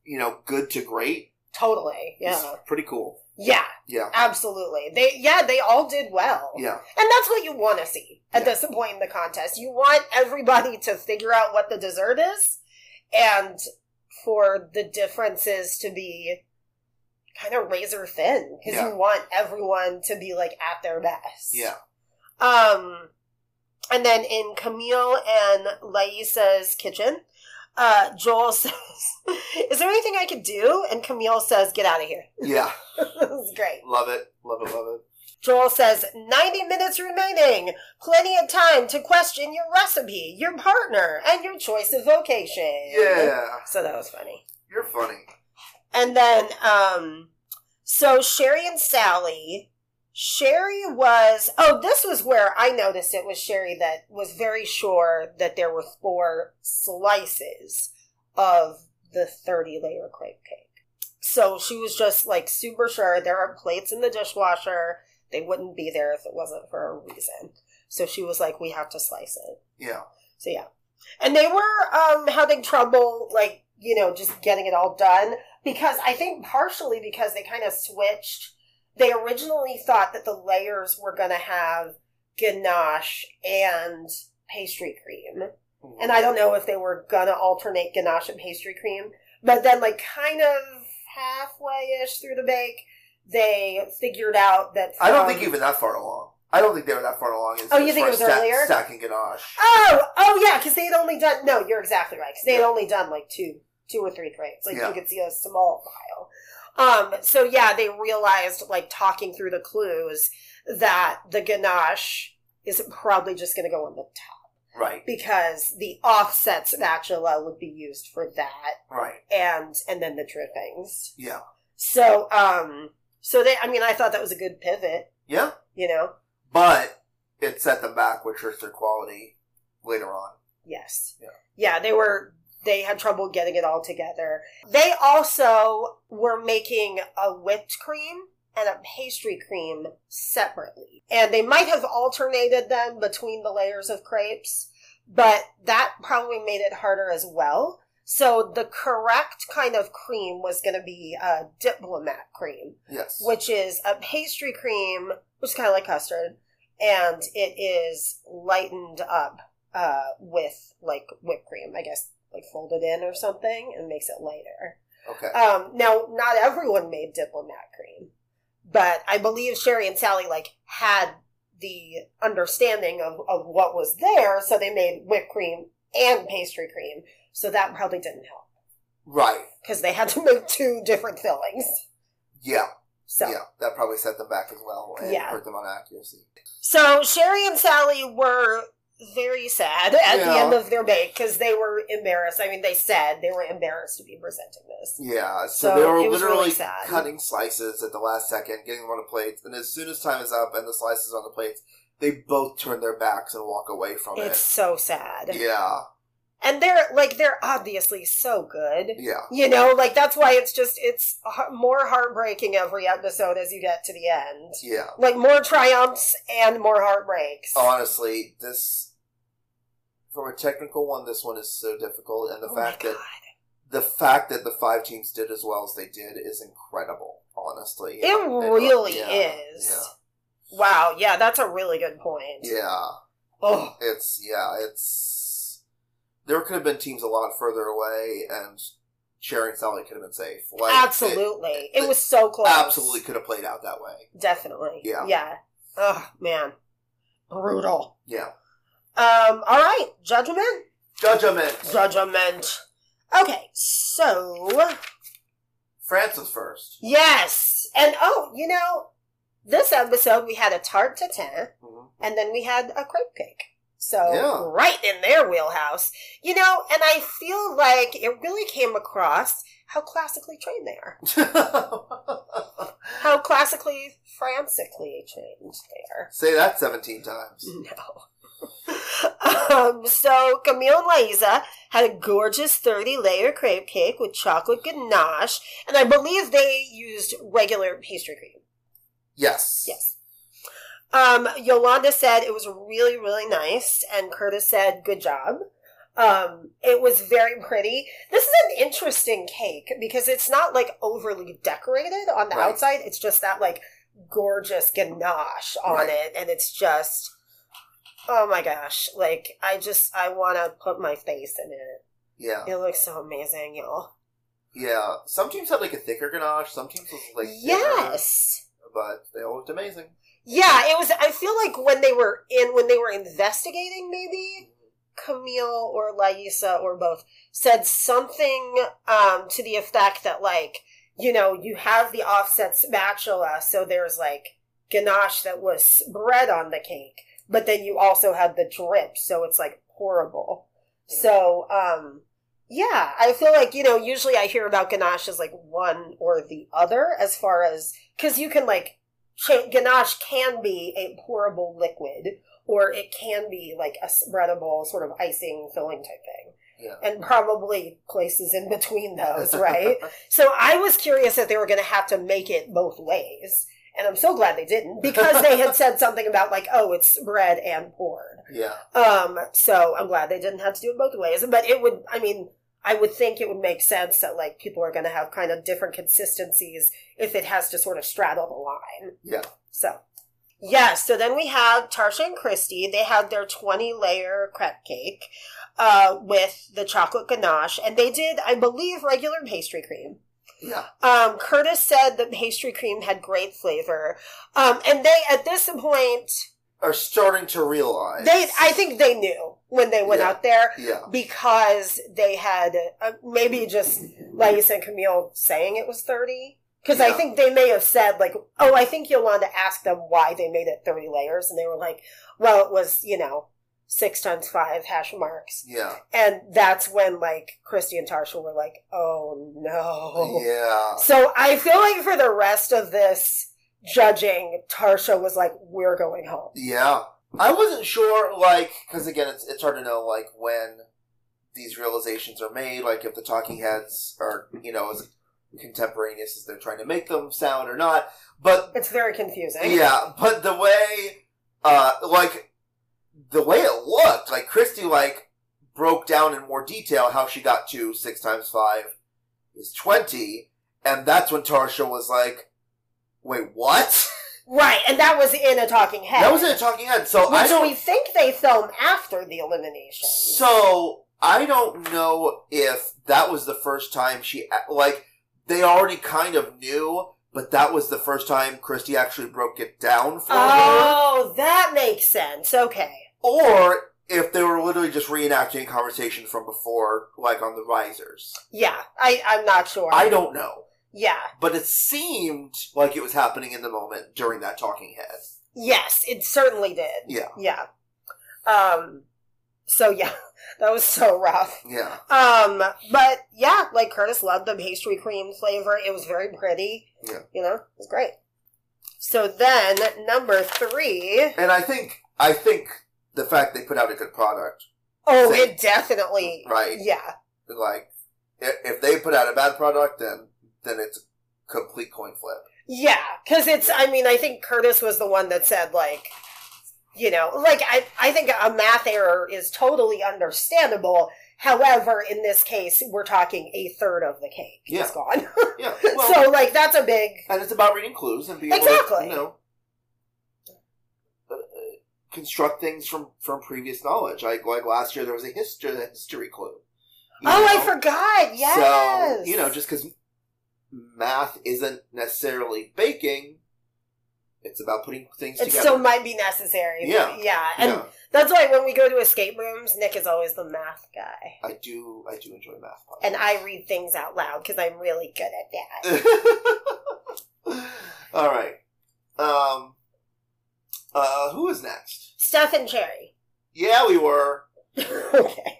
you know, good to great,
Totally.
is
Yeah.
pretty cool.
Yeah.
Yeah,
Absolutely. They yeah, they all did well.
yeah,
And that's what you want to see at
Yeah.
this point in the contest. You want everybody to figure out what the dessert is and for the differences to be kind of razor thin because
Yeah.
you want everyone to be like at their best.
yeah.
Um, and then in Camille and Laisa's kitchen, uh, Joel says, "Is there anything I could do?" And Camille says, "Get out of here."
Yeah,
it was great.
love it, love it, love it.
Joel says, 90 minutes remaining. Plenty of time to question your recipe, your partner, and your choice of vocation.
Yeah,
So that was funny.
you're funny.
And then, um, so Sherry and Sally. Sherry was, oh, this was where I noticed it was Sherry that was very sure that there were four slices of the 30 layer crepe cake. So she was just like super sure there are plates in the dishwasher. They wouldn't be there if it wasn't for a reason. So she was like, we have to slice it.
Yeah,
So yeah. And they were um having trouble like, you know, just getting it all done because I think partially because they kind of switched. They originally thought that the layers were going to have ganache and pastry cream. And I don't know if they were going to alternate ganache and pastry cream, but then like kind of halfway-ish through the bake, they figured out that
I don't
from-
think even that far along. I don't think they were that far along. as-
Um, Oh, you
as
think
far
it
as
was
stack-
earlier?
Stacking ganache.
Oh, oh yeah, because they had only done. No, you're exactly right. Because they had
Yeah.
only done like two, two or three crates. Like
Yeah.
you could see a small pile. Um, so yeah, they realized like talking through the clues that the ganache is probably just going to go on the top
Right.
because the offset spatula would be used for that
Right.
and and then the drippings.
Yeah.
So um so they I mean I thought that was a good pivot,
Yeah.
you know.
But it set them back, which hurts their quality later on.
Yes.
Yeah.
Yeah, they were they had trouble getting it all together. They also were making a whipped cream and a pastry cream separately. And they might have alternated them between the layers of crepes, but that probably made it harder as well. So the correct kind of cream was going to be a diplomat cream
Yes.
which is a pastry cream, which is kind of like custard, and it is lightened up uh, with like whipped cream, I guess, like folded in or something, and makes it lighter.
okay.
Um, now, not everyone made diplomat cream, but I believe Sherry and Sally like had the understanding of, of what was there, so they made whipped cream and pastry cream. So that probably didn't help
right.
because they had to make two different fillings.
Yeah.
So.
Yeah. That probably set them back as well and
Yeah.
hurt them on accuracy.
So Sherry and Sally were very sad at the
Yeah.
end of their bake because they were embarrassed. I mean, they said they were embarrassed to be presenting this.
Yeah. So,
So
they
it
were
was really
literally
sad.
cutting slices at the last second, getting them on the plates, and as soon as time is up and the slices on the plates, they both turn their backs and walk away from
It's so sad,
it. Yeah.
and they're like they're obviously so good.
Yeah.
You know, like that's why it's just it's ha- more heartbreaking every episode as you get to the end.
Yeah.
Like more triumphs and more heartbreaks.
Oh, Honestly, this from a technical one, this one is so difficult, and the
Oh my
fact that
God.
the fact that the five teams did as well as they did is incredible. Honestly, uh,
It really is. Wow, yeah, that's a really good point.
Yeah, yeah,
Oh,
it's yeah, it's there could have been teams a lot further away, and Sherry and Sally could have been safe. Like, it
absolutely. It,
it-
was so close.
absolutely could have played out that way.
Definitely.
Yeah.
Yeah. Oh man. Brutal.
Yeah,
Um, all right. Judgment?
judgment.
Judgment. Okay, so
France was first.
yes. And oh, you know, this episode we had a tart tatin
Mhm.
and then we had a crepe cake. So
Yeah.
right in their wheelhouse. You know, and I feel like it really came across how classically trained they are. How classically francically trained they are.
Say that seventeen times.
Mm-hmm. No. um, so Camille and Liza had a gorgeous 30 layer crepe cake with chocolate ganache, and I believe they used regular pastry cream.
Yes.
Yes. Um, Yolanda said it was really, really nice, and Curtis said, good job. Um, it was very pretty. This is an interesting cake because it's not like overly decorated on the
Right.
outside. It's just that like gorgeous ganache on
Right.
it, and it's just, oh my gosh! Like I just I want to put my face in it.
Yeah.
It looks so amazing, y'all.
Yeah. Some teams had like a thicker ganache. Some teams was like thinner,
yes.
but they all looked amazing.
Yeah, it was. I feel like when they were in, when they were investigating, maybe Camille or Laisa or both said something um, to the effect that, like, you know, you have the offset spatula, so there's like ganache that was spread on the cake, but then you also had the drip, so it's like horrible. So, um, yeah, I feel like, you know, usually I hear about ganache as like one or the other as far as, cause you can like, cha- ganache can be a pourable liquid or it can be like a spreadable sort of icing filling type thing.
Yeah.
And probably places in between those, right? so I was curious if they were going to have to make it both ways. And I'm so glad they didn't because they had said something about like, oh, it's spread and poured.
yeah.
Um, so I'm glad they didn't have to do it both ways. But it would, I mean, I would think it would make sense that like people are going to have kind of different consistencies if it has to sort of straddle the line.
Yeah.
So, yeah. So then we have Tarsha and Christy. They had their 20 layer crepe cake, uh, with the chocolate ganache and they did, I believe, regular pastry cream.
Yeah.
Um, Curtis said the pastry cream had great flavor. Um, and they, at this point,
Are starting to realize
they, I think they knew when they went
Yeah.
out there
Yeah.
because they had uh, maybe just Lais and Camille saying it was 30 Because I
Yeah.
think they may have said, like, oh, I think Yolanda asked them why they made it 30 layers, and they were like, well, it was, you know, six times five hash marks.
Yeah.
And that's when, like, Christy and Tarsha were like, oh no.
Yeah.
So I feel like for the rest of this judging, Tarsha was like, we're going home.
Yeah. I wasn't sure, like, because again, it's, it's hard to know, like, when these realizations are made, like, if the talking heads are, you know, as contemporaneous as they're trying to make them sound or not. But,
It's very confusing.
yeah, but the way, uh, like, the way it looked, like, Christy, like, broke down in more detail how she got to 6 times 5 is 20, and that's when Tarsha was like, wait, what?
Right, and that was in a talking head.
That was in a talking head, so I
which
don't...
we think they film after the elimination.
So I don't know if that was the first time she like they already kind of knew, but that was the first time Christy actually broke it down for her,
oh, that makes sense. Okay.
or if they were literally just reenacting conversation from before, like on the risers.
Yeah, I, I'm not sure.
I don't know,
yeah.
but it seemed like it was happening in the moment during that talking head.
Yes, it certainly did.
Yeah,
Yeah. Um so yeah, that was so rough.
yeah,
Um, but yeah, like Curtis loved the pastry cream flavor. It was very pretty.
Yeah.
You know, it was great. So then number three.
and I think I think the fact they put out a good product,
Oh,
Same.
it definitely
right?
Yeah.
like i- if they put out a bad product then then it's a complete coin flip
Yeah. Cause it's I mean, I think Curtis was the one that said like you know, like I I think a math error is totally understandable. However, in this case, we're talking a third of the cake
Yeah.
is gone.
yeah well,
so like that's a big
and it's about reading clues and being able to
Exactly.
you know uh, uh, construct things from from previous knowledge like like last year there was a history history clue you
Oh, I
know?
forgot.
so
Yes.
you know just because math isn't necessarily baking it's about putting things
it
together
still might be necessary.
Yeah.
Yeah. And
yeah,
that's why when we go to escape rooms, Nick is always the math guy.
i do i do enjoy math
And I read things out loud because I'm really good at
Uh,
that.
All right. Um. Uh, who is next?
Steph and Cherry.
Yeah, we were.
okay.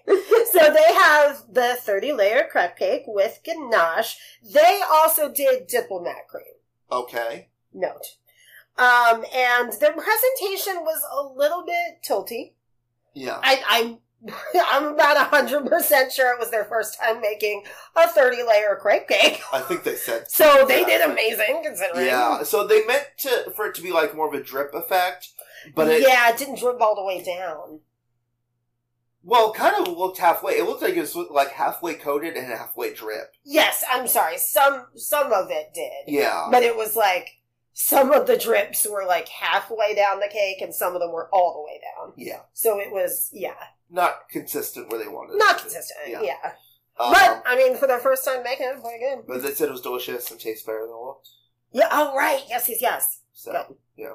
So they have the 30 layer crepe cake with ganache. They also did diplomat cream.
Okay.
Note. Um, and their presentation was a little bit tilty.
Yeah.
I, I'm I'm about hundred percent sure it was their first time making a thirty layer crepe cake.
I think they said.
So they did amazing considering.
Yeah. So they meant to for it to be like more of a drip effect, but it
yeah, it didn't drip all the way down.
well kind of looked halfway. It looked like it was like halfway coated and halfway drip.
Yes, I'm sorry. Some some of it did,
Yeah.
but it was like some of the drips were like halfway down the cake, and some of them were all the way down.
Yeah.
So it was yeah,
Not consistent where they wanted. it to
not
be.
consistent.
Yeah.
Yeah,
Um,
but I mean, for their first time making it, pretty good.
but they said it was delicious and tastes better than it looked.
Yeah. Oh right. Yes. Yes. Yes.
So
Good.
yeah.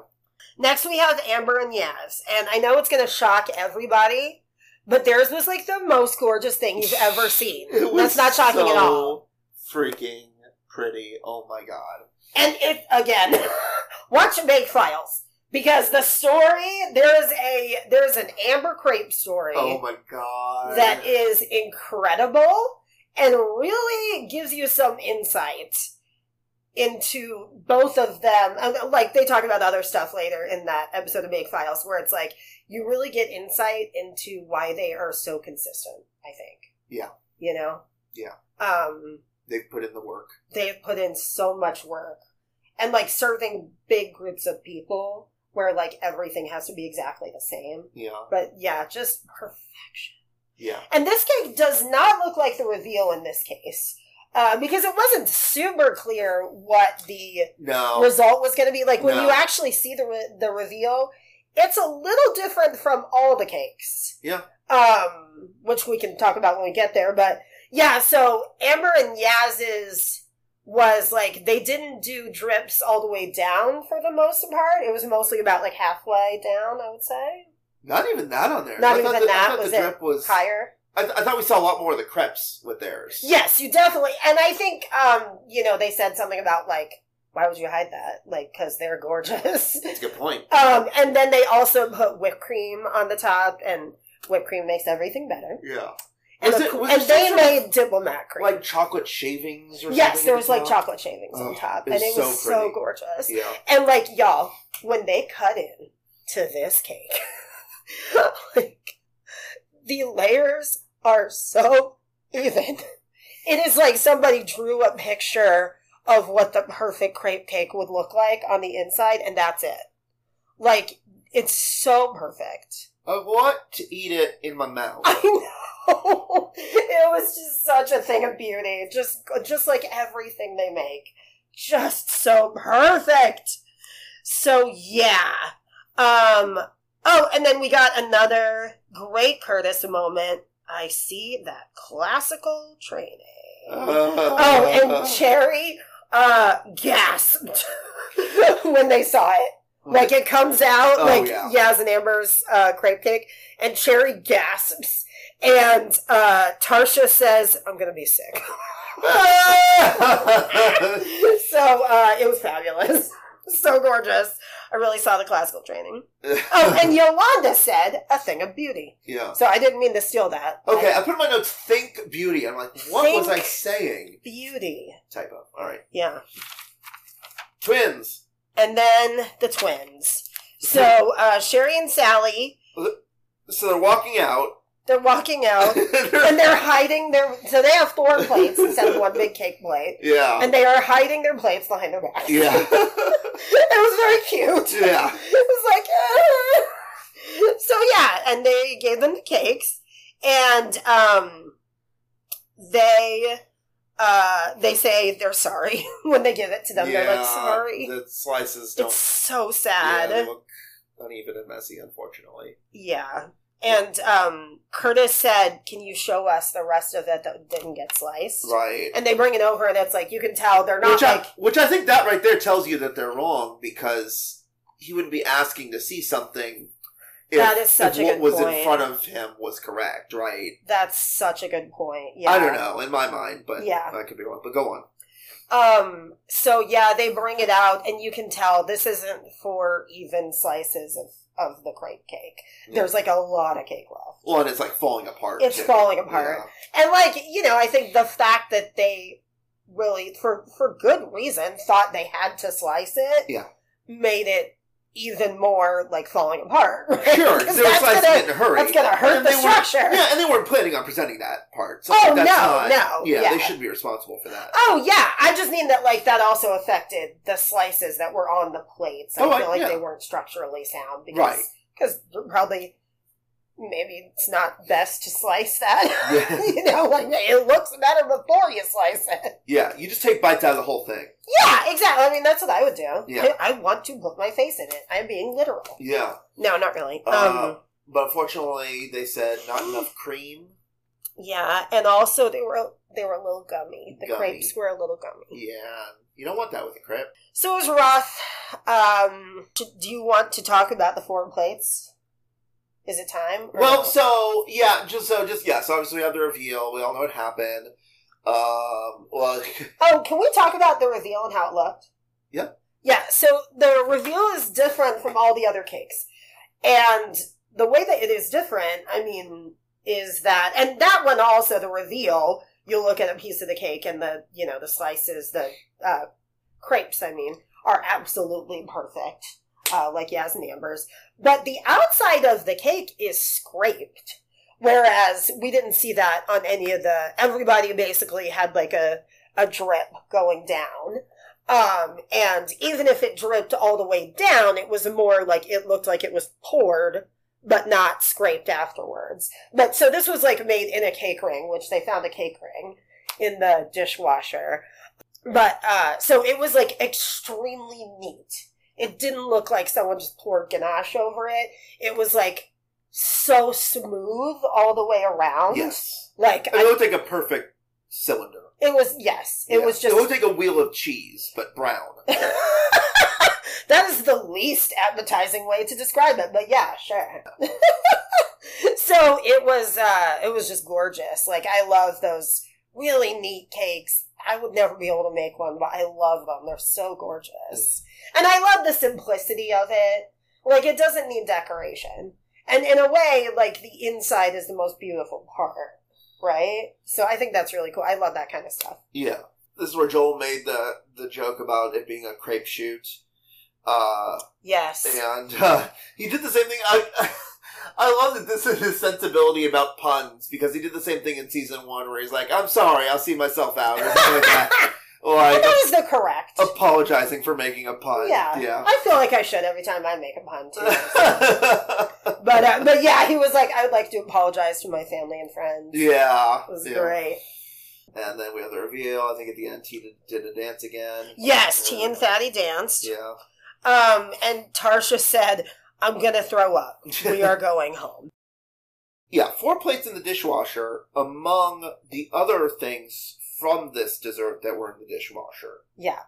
Next, we have Amber and Yaz. And I know it's going to shock everybody, but theirs was like the most gorgeous thing you've ever seen.
It was
That's not shocking at all.
so Freaking pretty! Oh my god!
And it, again, watch Make Files. Because the story, there is a, there is an Amber Crepe story
Oh my god!
that is incredible and really gives you some insight into both of them. Um, Like they talk about other stuff later in that episode of Make Files where it's like you really get insight into why they are so consistent, I think.
Yeah.
You know?
Yeah.
Um
They've put in the work.
they've put in so much work and like serving big groups of people where like everything has to be exactly the same.
Yeah,
But yeah, just perfection.
yeah.
And this cake does not look like the reveal in this case. Uh, because it wasn't super clear what the
No,
result was going to be. Like when
No.
you actually see the re- the reveal, it's a little different from all the cakes.
Yeah.
Um, which we can talk about when we get there. But yeah, so Amber and Yaz's was like they didn't do drips all the way down for the most part. It was mostly about like halfway down, I would say,
not even that on there.
Not
I thought
even
the, I
that
thought
was
the
it.
drip was
higher.
I, th- I thought we saw a lot more of the creps with theirs.
Yes, you definitely. And I think, um, you know, they said something about like, why would you hide that? Like, because they're gorgeous.
That's a good point.
um, and then they also put whipped cream on the top, and whipped cream makes everything better.
Yeah.
And,
Was
the-
it- was
and
there
they
some sort of,
made diplomat cream.
like chocolate shavings or
yes,
something
there
at
was
the
like
top?
chocolate shavings on
Ugh,
top,
it was
and it
so
was so
pretty.
gorgeous.
Yeah.
And like y'all, when they cut in to this cake, like the layers are so even. It is like somebody drew a picture of what the perfect crepe cake would look like on the inside, and that's it. Like it's so perfect.
I want to eat it in my mouth.
I know it was just such a thing of beauty. Just, just like everything they make, just so perfect. So yeah. Um. Oh, and then we got another great Curtis moment. I see that classical training. Oh, and Cherry uh gasped when they saw it. Like it comes out
Oh,
like
yeah.
Yaz and Amber's uh, crepe cake, and Cherry gasps, and uh, Tarsha says, "I'm gonna be sick." so uh, it was fabulous, so gorgeous. I really saw the classical training. Oh, and Yolanda said a thing of beauty.
yeah.
So I didn't mean to steal that. but
Okay, I put in my notes. Think beauty. I'm like, what was I
Think.
saying?
beauty.
Typo. All right,
Yeah.
twins.
and then the twins. So uh, Sherry and Sally,
So they're walking out.
they're walking out and they're hiding their. So they have four plates instead of one big cake plate,
yeah.
and they are hiding their plates behind their back.
yeah.
it was very cute.
yeah.
It was like, "Ah." so yeah, and they gave them the cakes, and um, they. Uh, they say they're sorry when they give it to them. They're
Yeah,
like sorry.
The slices don't.
It's so
yeah,
sad.
they look uneven and messy, unfortunately.
Yeah. And um, Curtis said, Can you show us the rest of it that didn't get sliced?
Right.
And they bring it over, and it's like, you can tell they're not
which
like.
I, which I think that right there tells you that they're wrong because he wouldn't be asking to see something. If,
That is such
if
a
what
good
was in
point.
front of him was correct, right?
That's such a good point. Yeah.
I don't know in my mind, but
Yeah.
I could be wrong. But go on.
Um, so, yeah, they bring it out, and you can tell this isn't for even slices of, of the crepe cake.
Yeah.
There's like a lot of cake left.
Well, and it's like falling apart.
It's
too.
falling apart. And like, you know, I think the fact that they really for for good reason thought they had to slice it
Yeah.
made it even more like falling apart.
Yeah.
right?
Sure,
'Cause
they were
that's
slicing
gonna-
it in a hurry.
that's gonna hurt
And
the
they weren't-
structure.
Yeah, and they weren't planning on presenting that part. So
Oh,
that's
no,
not,
no,
Yeah,
yeah.
they should be responsible for that.
Oh yeah, I just mean that like that also affected the slices that were on the plates. I
Oh, I-
feel like
yeah.
they weren't structurally sound
Right.
because because probably maybe it's not best to slice that.
Yeah.
you know, like it looks better before you slice it.
Yeah, you just take bites out of the whole thing.
Yeah, exactly. I mean, that's what I would do.
Yeah.
I, I want to put my face in it. I'm being literal.
Yeah,
No, not really.
Uh,
um,
but unfortunately, they said not enough cream.
yeah, and also they were they were a little gummy. The
Gummy.
crepes were a little gummy.
Yeah, you don't want that with a crepe.
So it was rough. Um, t- do you want to talk about the four plates? Is it time? or
Well,
no?
so yeah, just so just yeah. So obviously we have the reveal. We all know what happened. Um, well,
oh, can we talk about the reveal and how it looked?
Yeah.
Yeah. So the reveal is different from all the other cakes, and the way that it is different, I mean, is that and that one also the reveal. You look at a piece of the cake and the you know the slices, the uh, crepes, I mean, are absolutely perfect, uh, like Yasmin Amber's. But the outside of the cake is scraped. Whereas we didn't see that on any of the, everybody basically had like a, a drip going down. Um, and even if it dripped all the way down, it was more like it looked like it was poured, but not scraped afterwards. But so this was like made in a cake ring, which they found a cake ring in the dishwasher. But, uh, so it was like extremely neat. It didn't look like someone just poured ganache over it. It was like so smooth all the way around.
yes,
Like,
it looked like a perfect cylinder.
It was yes. It
Yeah.
was
It looked
just
like a wheel of cheese, but brown.
that is the least appetizing way to describe it, but yeah, sure. so it was uh it was just gorgeous. Like I love those really neat cakes. I would never be able to make one, but I love them. They're so gorgeous. And I love the simplicity of it. Like it doesn't need decoration. And in a way, like the inside is the most beautiful part, right? So I think that's really cool. I love that kind of stuff.
Yeah. This is where Joel made the, the joke about it being a crepe shoot. Uh,
Yes.
and uh, he did the same thing. I I love that this is his sensibility about puns because he did the same thing in season one where he's like, "I'm sorry, I'll see myself out," or something like that,
Well,
like
that is the correct.
apologizing for making a pun.
Yeah. I feel like I should every time I make a pun too.
yeah,
but uh, but yeah, he was like, I would like to apologize to my family and friends.
yeah.
It was
yeah.
great.
And then we had the reveal. I think at the end he did, did a dance again.
Yes, T and Fatty danced.
Yeah.
Um, and Tarsha said, "I'm gonna throw up. We are going home."
Yeah, four plates in the dishwasher among the other things from this dessert that were in the dishwasher.
Yeah.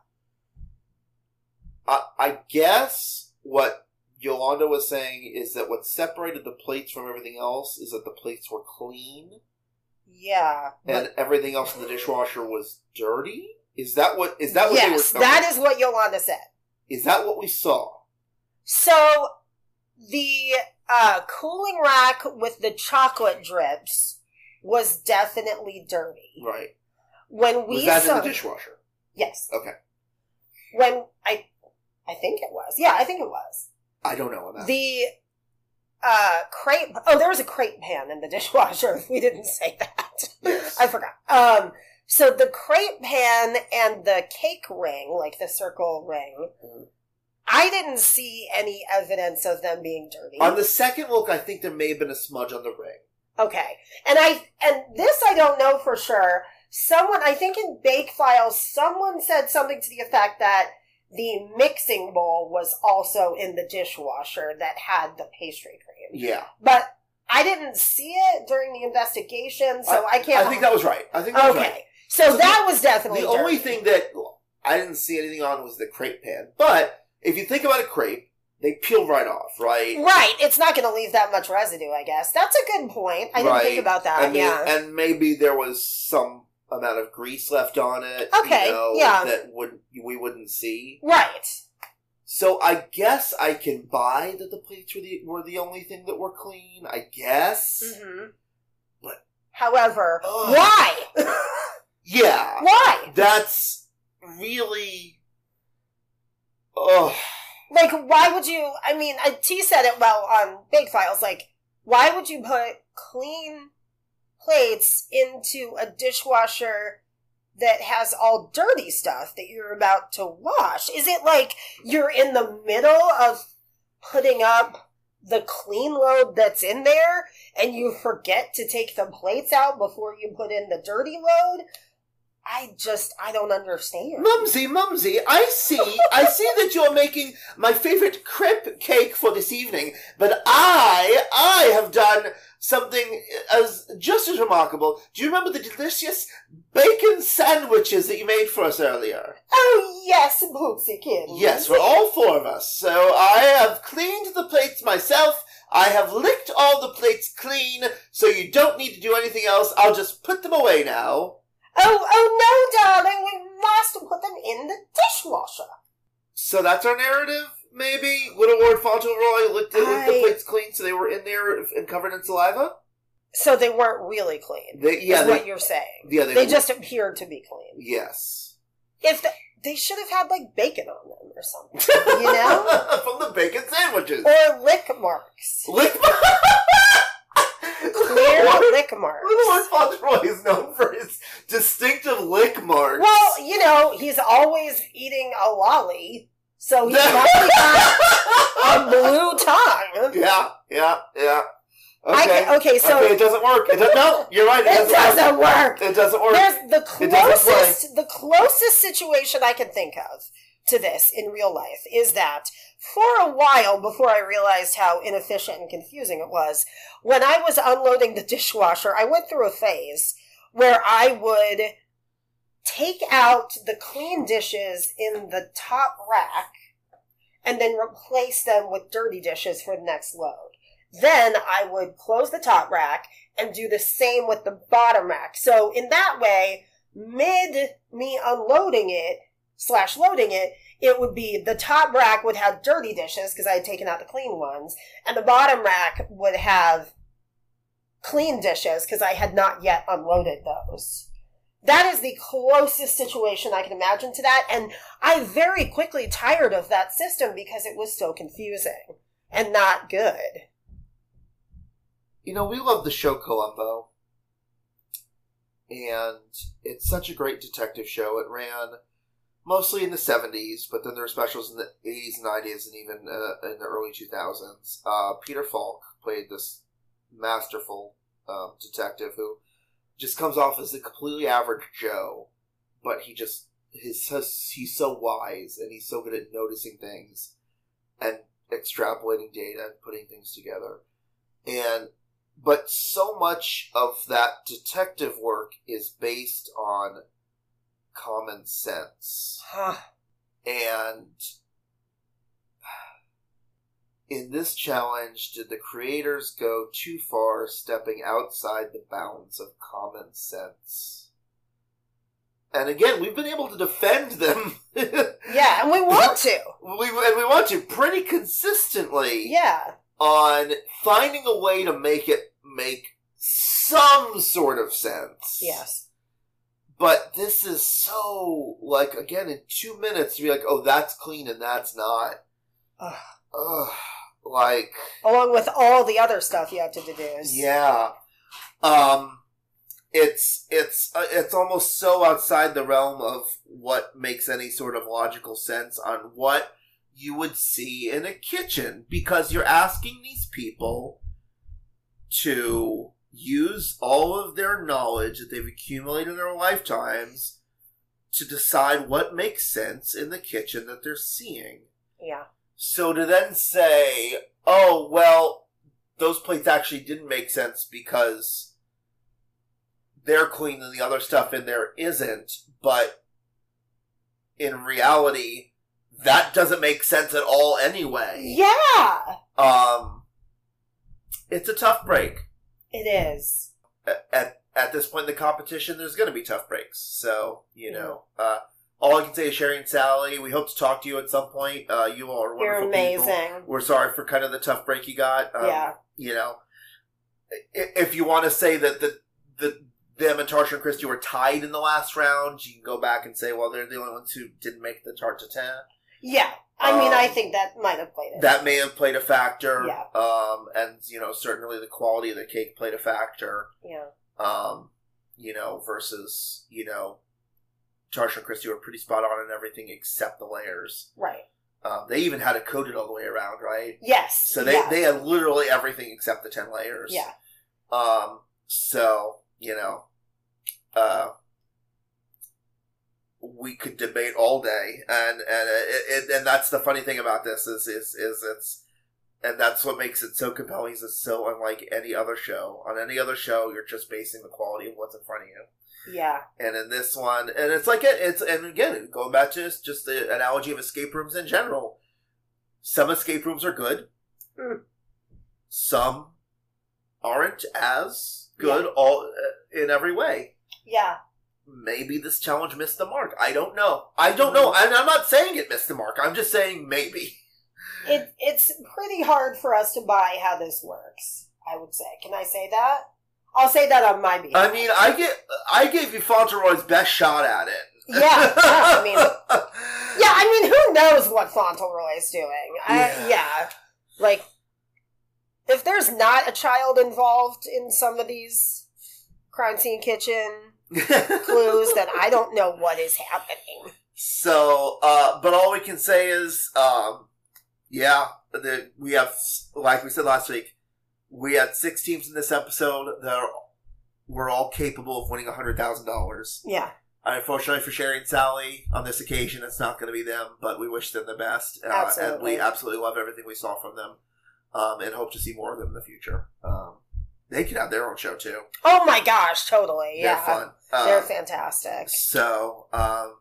I, I guess what Yolanda was saying is that what separated the plates from everything else is that the plates were clean
Yeah.
and everything else in the dishwasher was dirty. Is that what is that what
yes,
they were
that is what Yolanda said.
is that what we saw?
So the uh, cooling rack with the chocolate drips was definitely dirty.
Right.
When we
Was that
saw
in the dishwasher?
yes,
Okay.
when I, I think it was. Yeah, I think it was.
I don't know about
The uh crepe oh there was a crepe pan in the dishwasher. We didn't say that.
Yes.
I forgot. Um so the crepe pan and the cake ring, like the circle ring,
Mhm.
I didn't see any evidence of them being dirty.
On the second look, I think there may have been a smudge on the ring.
okay. And I and this I don't know for sure. Someone I think in Bake Files someone said something to the effect that the mixing bowl was also in the dishwasher that had the pastry cream.
Yeah.
but I didn't see it during the investigation, so I, can't.
I think that was right. I think that was
okay.
right.
So
The-
that was definitely
The only
dirty.
thing that I didn't see anything on was the crepe pan. But if you think about a crepe, they peel right off, right?
Right, it's not going to leave that much residue, I guess. That's a good point. I didn't
Right.
think about that.
and, the-
yeah.
and maybe there was some amount of grease left on it. you
Okay,
know,
yeah.
That would we wouldn't see.
right.
So I guess I can buy that the plates were the were the only thing that were clean. I guess.
Mm-hmm.
But-
However,
Ugh.
why?
Yeah.
why?
That's really. Oh.
Like, why would you? I mean, I- T said it well on Big Files. Like, why would you put clean plates into a dishwasher that has all dirty stuff that you're about to wash? Is it like you're in the middle of putting up the clean load that's in there and you forget to take the plates out before you put in the dirty load? I just, I don't understand.
Mumsy, Mumsy, I see, I see that you're making my favorite crepe cake for this evening, but I, I have done something as just as remarkable. Do you remember the delicious bacon sandwiches that you made for us earlier?
Oh, yes, Poopsie Kid.
Yes, for all four of us. So I have cleaned the plates myself. I have licked all the plates clean, so you don't need to do anything else. I'll just put them away now.
Oh, oh no, darling, we must put them in the dishwasher.
So that's our narrative, maybe? Little Lord Fauntleroy licked, licked the
I-
plates clean so they were in there and covered in saliva?
So they weren't really clean.
They, yeah,
is
they,
what you're saying.
yeah, they,
They just appeared to be clean.
Yes.
If the, they should have had like bacon on them or something, you know,
From the bacon sandwiches.
or lick marks,
Lick
clear
Little
lick
Lord
marks.
Fauntleroy is known for his distinctive lick marks.
Well, you know, he's always eating a lolly, so he's probably got a blue tongue.
yeah, yeah, yeah.
I
Okay.
can- okay, so
okay, it doesn't work. It does, no, you're right. It,
it
doesn't,
doesn't work.
work. It doesn't work.
There's the
It doesn't play.
closest the closest situation I can think of to this in real life is that for a while before I realized how inefficient and confusing it was, when I was unloading the dishwasher, I went through a phase where I would take out the clean dishes in the top rack and then replace them with dirty dishes for the next load. Then I would close the top rack and do the same with the bottom rack. So in that way, mid me unloading it slash loading it, it would be the top rack would have dirty dishes because I had taken out the clean ones, and the bottom rack would have clean dishes because I had not yet unloaded those. That is the closest situation I can imagine to that, and I very quickly tired of that system because it was so confusing and not good.
You know, we love the show Columbo. And it's such a great detective show. It ran mostly in the 70s, but then there were specials in the 80s and 90s and even uh, in the early 2000s. Uh, Peter Falk played this masterful um, detective who just comes off as a completely average Joe, but he just he's so, he's so wise and he's so good at noticing things and extrapolating data and putting things together. And but so much of that detective work is based on common sense.
Huh.
And in this challenge, did the creators go too far, stepping outside the bounds of common sense? And again, we've been able to defend them.
Yeah, and we want to.
we and we want to pretty consistently
Yeah.
on finding a way to make it make some sort of sense.
Yes.
But this is so like again in two minutes to be like, oh, that's clean and that's not.
Ugh.
Ugh, like
Along with all the other stuff you have to deduce.
yeah, um, it's it's uh, it's almost so outside the realm of what makes any sort of logical sense on what you would see in a kitchen because you're asking these people to use all of their knowledge that they've accumulated in their lifetimes to decide what makes sense in the kitchen that they're seeing.
Yeah.
So to then say, oh, well, those plates actually didn't make sense because they're clean and the other stuff in there isn't, but in reality, that doesn't make sense at all anyway.
Yeah.
Um, it's a tough break.
It is.
At, at, at this point in the competition, there's going to be tough breaks. So, you know, uh, all I can say is Sherry and Sally, we hope to talk to you at some point. Uh, you all are
You're
wonderful people
amazing.
we're sorry for kind of the tough break you got. Um,
Yeah.
You know, I- if you want to say that the, the them and Tarsha and Christie were tied in the last round, you can go back and say, well, they're the only ones who didn't make the tart to ten.
Yeah. I mean,
Um,
I think that might have played it.
That may have played a factor.
Yeah.
Um, and you know, certainly the quality of the cake played a factor.
yeah.
Um, you know, versus you know, Tarsha and Christie were pretty spot on in everything except the layers.
Right.
Um, they even had it coated all the way around, right?
Yes.
So they,
yeah.
they had literally everything except the ten layers.
yeah.
Um. So you know, uh, we could debate all day, and and uh, it, it, and that's the funny thing about this is is is it's, and that's what makes it so compelling. Is it's so unlike any other show. On any other show, you're just basing the quality of what's in front of you
Yeah.
and in this one, and it's like it, it's and again going back to just, just the analogy of escape rooms in general. Some escape rooms are good,
Mm.
some aren't as good all uh, in every way.
Yeah.
Maybe this challenge missed the mark. I don't know. I don't know.
Hmm.
And I'm not saying it missed the mark. I'm just saying maybe.
It it's pretty hard for us to buy how this works. I would say. Can I say that? I'll say that on my behalf.
I mean, I get I gave you Fauntleroy's best shot at it.
yeah. yeah, I mean,
mean,
yeah. I mean, who knows what Fauntleroy is doing?
Yeah.
I, yeah. Like, if there's not a child involved in some of these crime scene kitchen
yeah.
clues, then I don't know what is happening.
So, uh, but all we can say is, um, yeah, the, we have, like we said last week, we had six teams in this episode that are, were all capable of winning $100,000.
Yeah.
Unfortunately for Sherry and Sally, on this occasion, it's not going to be them, but we wish them the best. Uh, And
Absolutely.
we absolutely love everything we saw from them um, and hope to see more of them in the future. Um, They could have their own show too.
Oh my gosh, totally.
They're
yeah.
fun. Um,
They're fantastic.
So, um,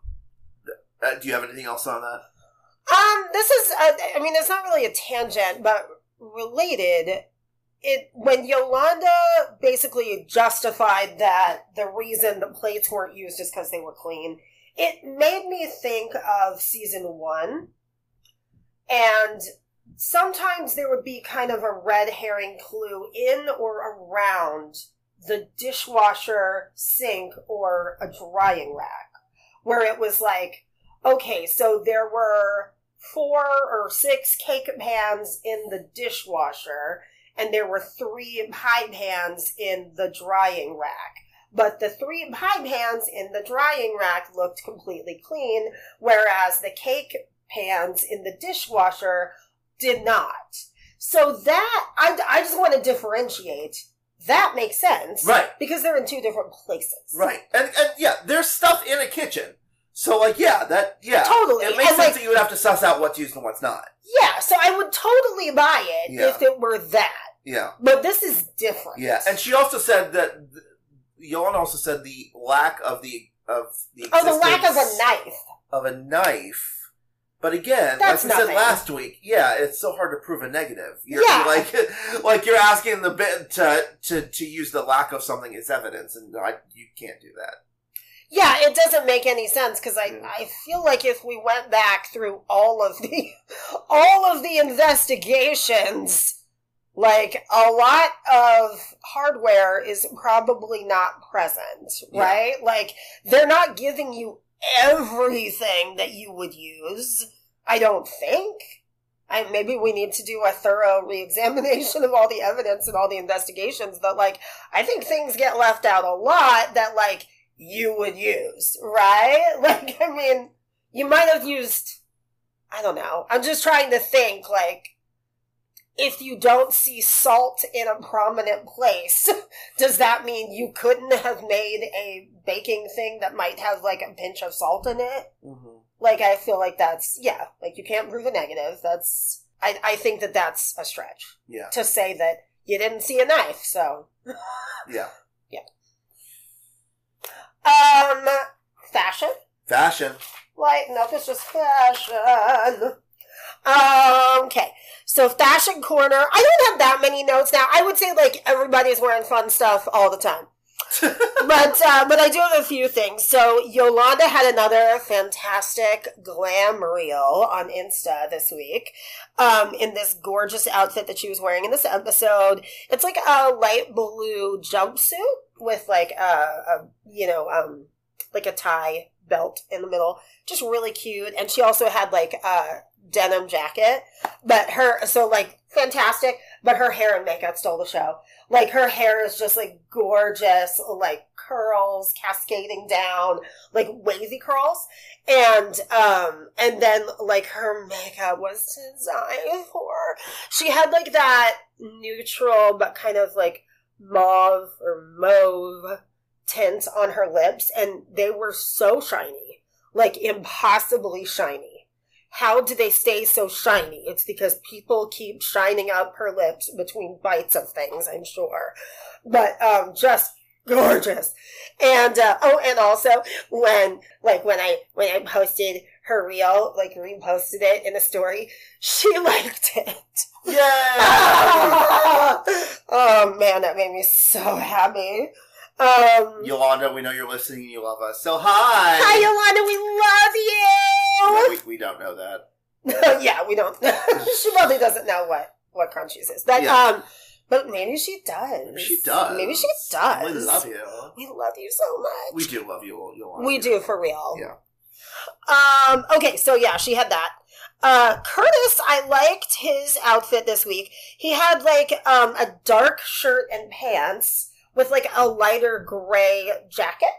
th- uh, do you have anything else on that?
Um, this is, uh, I mean, it's not really a tangent, but related. It when Yolanda basically justified that the reason the plates weren't used is because they were clean. It made me think of season one, and sometimes there would be kind of a red herring clue in or around the dishwasher sink or a drying rack, where it was like okay, so there were four or six cake pans in the dishwasher, and there were three pie pans in the drying rack. But the three pie pans in the drying rack looked completely clean, whereas the cake pans in the dishwasher did not. So that, I, I just want to differentiate. That makes sense.
Right,
Because they're in two different places.
right, and and yeah, there's stuff in a kitchen. So like, yeah, that yeah,
Totally. Oh,
It makes sense
And, like-
that you would have to suss out what's used and what's not.
Yeah, so I would totally buy it
Yeah.
if it were that.
Yeah,
But this is different.
yeah, and she also said that th- Yolan also said the lack of the of the
oh, the lack of a
existence
knife.
of a knife. But again,
That's
like we
nothing.
said last week, yeah, it's so hard to prove a negative. You're,
Yeah.
like like you're asking the bit to, to to use the lack of something as evidence, and I, you can't do that.
Yeah, it doesn't make any sense because I,
Yeah.
I feel like if we went back through all of the all of the investigations, like a lot of hardware is probably not present,
Yeah.
right? Like they're not giving you everything that you would use. I don't think. I, maybe we need to do a thorough reexamination of all the evidence and all the investigations that like I think things get left out a lot that like you would use, right? Like I mean, you might have used I don't know. I'm just trying to think like if you don't see salt in a prominent place, does that mean you couldn't have made a baking thing that might have like a pinch of salt in it? Like I feel like that's yeah, like you can't prove a negative. That's I I think that that's a stretch
Yeah,
to say that you didn't see a knife. So
yeah.
um fashion
Fashion.
like no, this is fashion. Um, okay, so fashion corner. I don't have that many notes now. I would say like everybody's wearing fun stuff all the time. but uh, but I do have a few things. So Yolanda had another fantastic glam reel on Insta this week, um, in this gorgeous outfit that she was wearing in this episode. It's like a light blue jumpsuit with like a, a you know um, like a tie belt in the middle, just really cute. And she also had like a denim jacket, but her so like fantastic. But her hair and makeup stole the show. Like her hair is just like gorgeous, like curls cascading down, like wavy curls, and um and then like her makeup was designed for. She had like that neutral but kind of like mauve or mauve tint on her lips and they were so shiny like impossibly shiny how do they stay so shiny it's because people keep shining up her lips between bites of things i'm sure but um just gorgeous and uh, oh and also when like when i when i posted her reel like reposted it in a story she liked it
Yeah.
oh man that made me so happy um
Yolanda, we know you're listening and you love us. So hi.
Hi, Yolanda, we love
No, we, we don't know that.
you. yeah, we don't. she probably doesn't know what what crunchies is, but
Yeah.
um, but maybe she does.
Maybe she does.
Maybe she does.
We love you.
We love you so much.
We do love you, Yolanda.
We do for real.
Yeah.
Um. Okay. So yeah, she had that. Uh, Curtis, I liked his outfit this week. He had like um a dark shirt and pants with like a lighter gray jacket,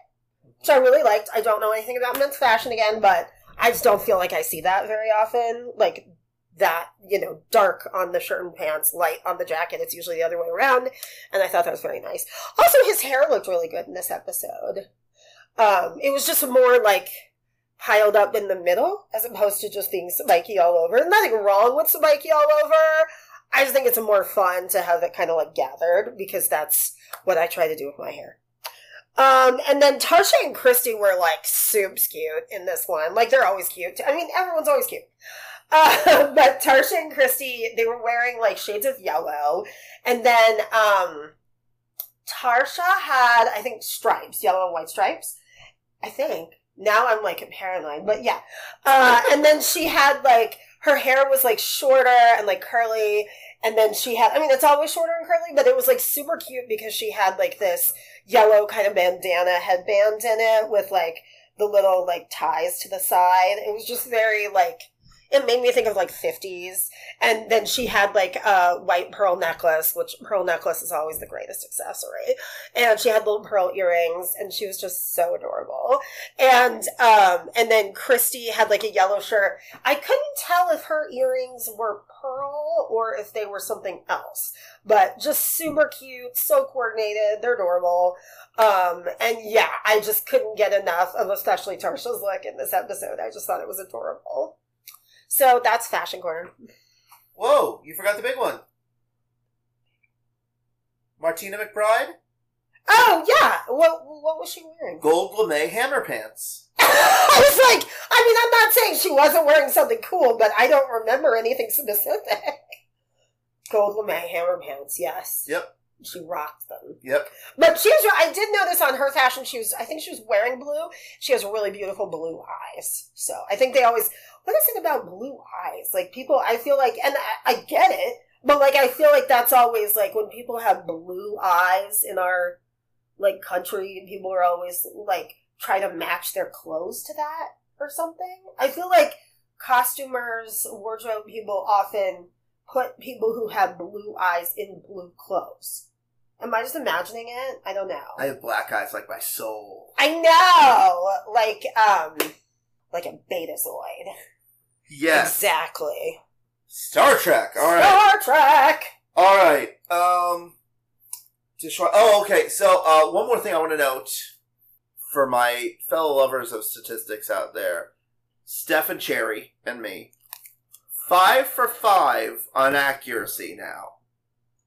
which I really liked. I don't know anything about men's fashion again, but I just don't feel like I see that very often. Like that, you know, dark on the shirt and pants, light on the jacket. It's usually the other way around, and I thought that was very nice. Also, his hair looked really good in this episode um, it was just more like piled up in the middle as opposed to just being spiky all over. Nothing wrong with spiky all over. I just think it's more fun to have it kind of like gathered because that's what I try to do with my hair. Um, and then Tasha and Christy were like super cute in this one. Like they're always cute. I mean, everyone's always cute. Uh, but Tarsha and Christy, they were wearing like shades of yellow. And then um, Tarsha had, I think, stripes, yellow and white stripes. I think. Now I'm like paranoid, but yeah. Uh, and then she had like, her hair was like shorter and like curly. And then she had, I mean, it's always shorter and curly, but it was like super cute because she had like this yellow kind of bandana headband in it with like the little like ties to the side. It was just very like it made me think of like 50s and then she had like a white pearl necklace which pearl necklace is always the greatest accessory and she had little pearl earrings and she was just so adorable and um and then christy had like a yellow shirt i couldn't tell if her earrings were pearl or if they were something else but just super cute so coordinated they're adorable um and yeah i just couldn't get enough of especially tarsha's look in this episode i just thought it was adorable so that's fashion corner.
Whoa, you forgot the big one. Martina McBride,
Oh yeah, what what was she wearing?
gold lame hammer pants.
I was like, I mean, I'm not saying she wasn't wearing something cool, but I don't remember anything specific. Gold lame hammer pants, yes.
Yep.
She rocked them,
Yep.
but she was. I did notice on her fashion, she was. I think she was wearing blue. She has really beautiful blue eyes, so I think they always. What is it about blue eyes? Like people, I feel like, and I, I get it, but like I feel like that's always like when people have blue eyes in our like country, people are always like try to match their clothes to that or something. I feel like costumers, wardrobe people often put people who have blue eyes in blue clothes. Am I just imagining it? I don't know.
I have black eyes like my soul.
I know, like um, like a betazoid.
Yes.
Exactly.
Star Trek. All right.
Star Trek.
All right. Um. Just wa- oh, okay. So, uh, one more thing I want to note for my fellow lovers of statistics out there: Steph and Cherry and me, five for five on accuracy now,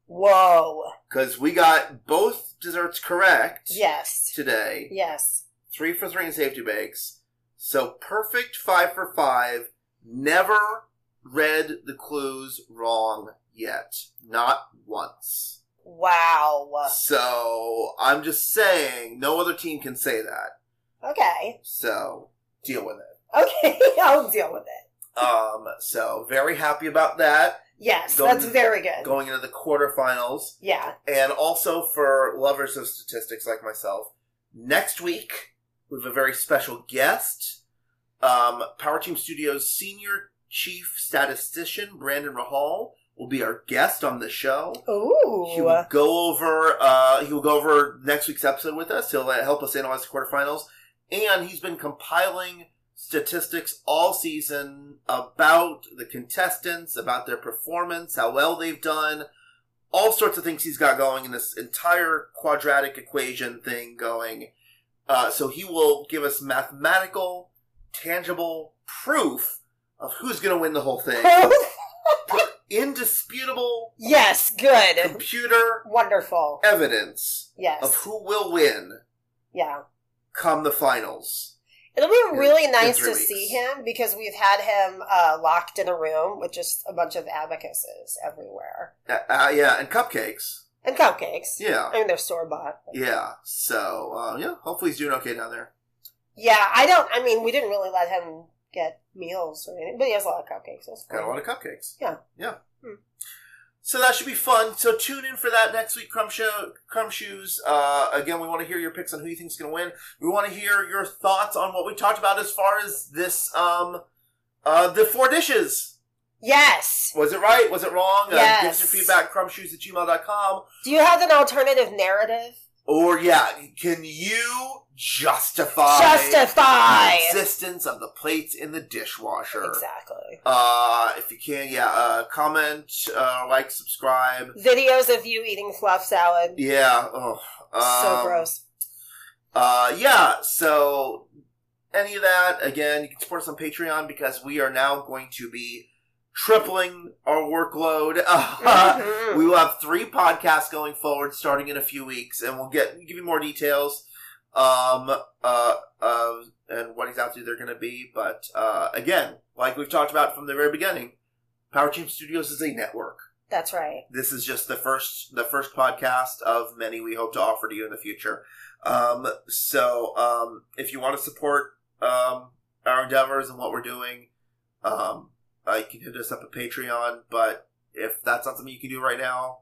Whoa.
because we got both desserts correct
Yes.
today.
Yes.
Three for three in safety bakes. So perfect five for five. Never read the clues wrong yet. Not once.
Wow.
So I'm just saying, no other team can say that.
Okay.
So deal with it.
Okay. I'll deal with it.
Um, so very happy about that
Yes,
Going-
that's very good.
going into the quarterfinals,
Yeah.
and also for lovers of statistics like myself. Next week we have a very special guest, um, Power Team Studios senior chief statistician Brandon Rahal will be our guest on the show. He
Ooh.
will go over. Uh, he will go over next week's episode with us. He'll uh, help us analyze the quarterfinals, and he's been compiling statistics all season about the contestants, about their performance, how well they've done, all sorts of things he's got going in this entire quadratic equation thing going. Uh, so he will give us mathematical, tangible proof of who's going to win the whole thing. Indisputable
yes. Good.
computer
Wonderful.
evidence
Yes.
of who will win
yeah.
come the finals.
It'll be really nice
three
to
weeks.
see him because we've had him uh, locked in a room with just a bunch of abacuses everywhere
Uh, uh, yeah, and cupcakes.
and cupcakes.
Yeah,
I mean, they're store bought.
yeah. So uh, yeah, hopefully he's doing okay down there.
Yeah, I don't. I mean, we didn't really let him get meals or anything, but he has a lot of cupcakes. That's
Got a
cool.
lot of cupcakes.
Yeah.
yeah.
Hmm.
So that should be fun. So tune in for that next week, Crumb Show, Crumb Shoes. Uh, again, we want to hear your picks on who you think's going to win. We want to hear your thoughts on what we talked about as far as this, um, uh, the four dishes.
Yes.
Was it right? Was it wrong? Uh, give us your
Yes.
feedback, crumbshoes at gmail.com.
Do you have an alternative narrative?
Or yeah, can you justify
Justify.
the existence of the plates in the dishwasher?
Exactly.
Uh, if you can, yeah, uh, comment, uh, like, subscribe.
Videos of you eating fluff salad.
Yeah. Oh,
so
um,
gross.
Uh, yeah. So any of that again, you can support us on Patreon because we are now going to be tripling our workload.
Mhm.
We will have three podcasts going forward starting in a few weeks, and we'll get give you more details um, uh, uh, and what exactly they're going to be. But uh, again, like we've talked about from the very beginning, Power Team Studios is a network.
That's right.
This is just the first the first podcast of many we hope to offer to you in the future. Um, so um, if you want to support um, our endeavors and what we're doing, um, uh, you can hit us up at Patreon. But if that's not something you can do right now,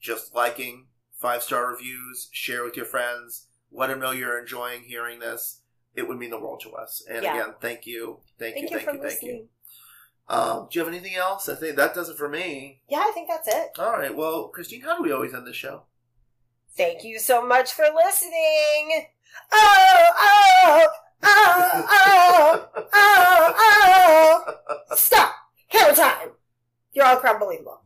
just liking five star reviews, share with your friends, let them know you're enjoying hearing this. It would mean the world to us. And
Yeah.
again, thank you, thank,
Thank
you,
you
thank
for
you, thank you.
listening.
Um, do you have anything else? I think that does it for me.
Yeah, I think that's it.
All right. Well, Christine, how do we always end the show?
Thank you so much for listening. Oh, oh, oh, oh, oh, oh. Stop. Hammer time. You're all crumbleable.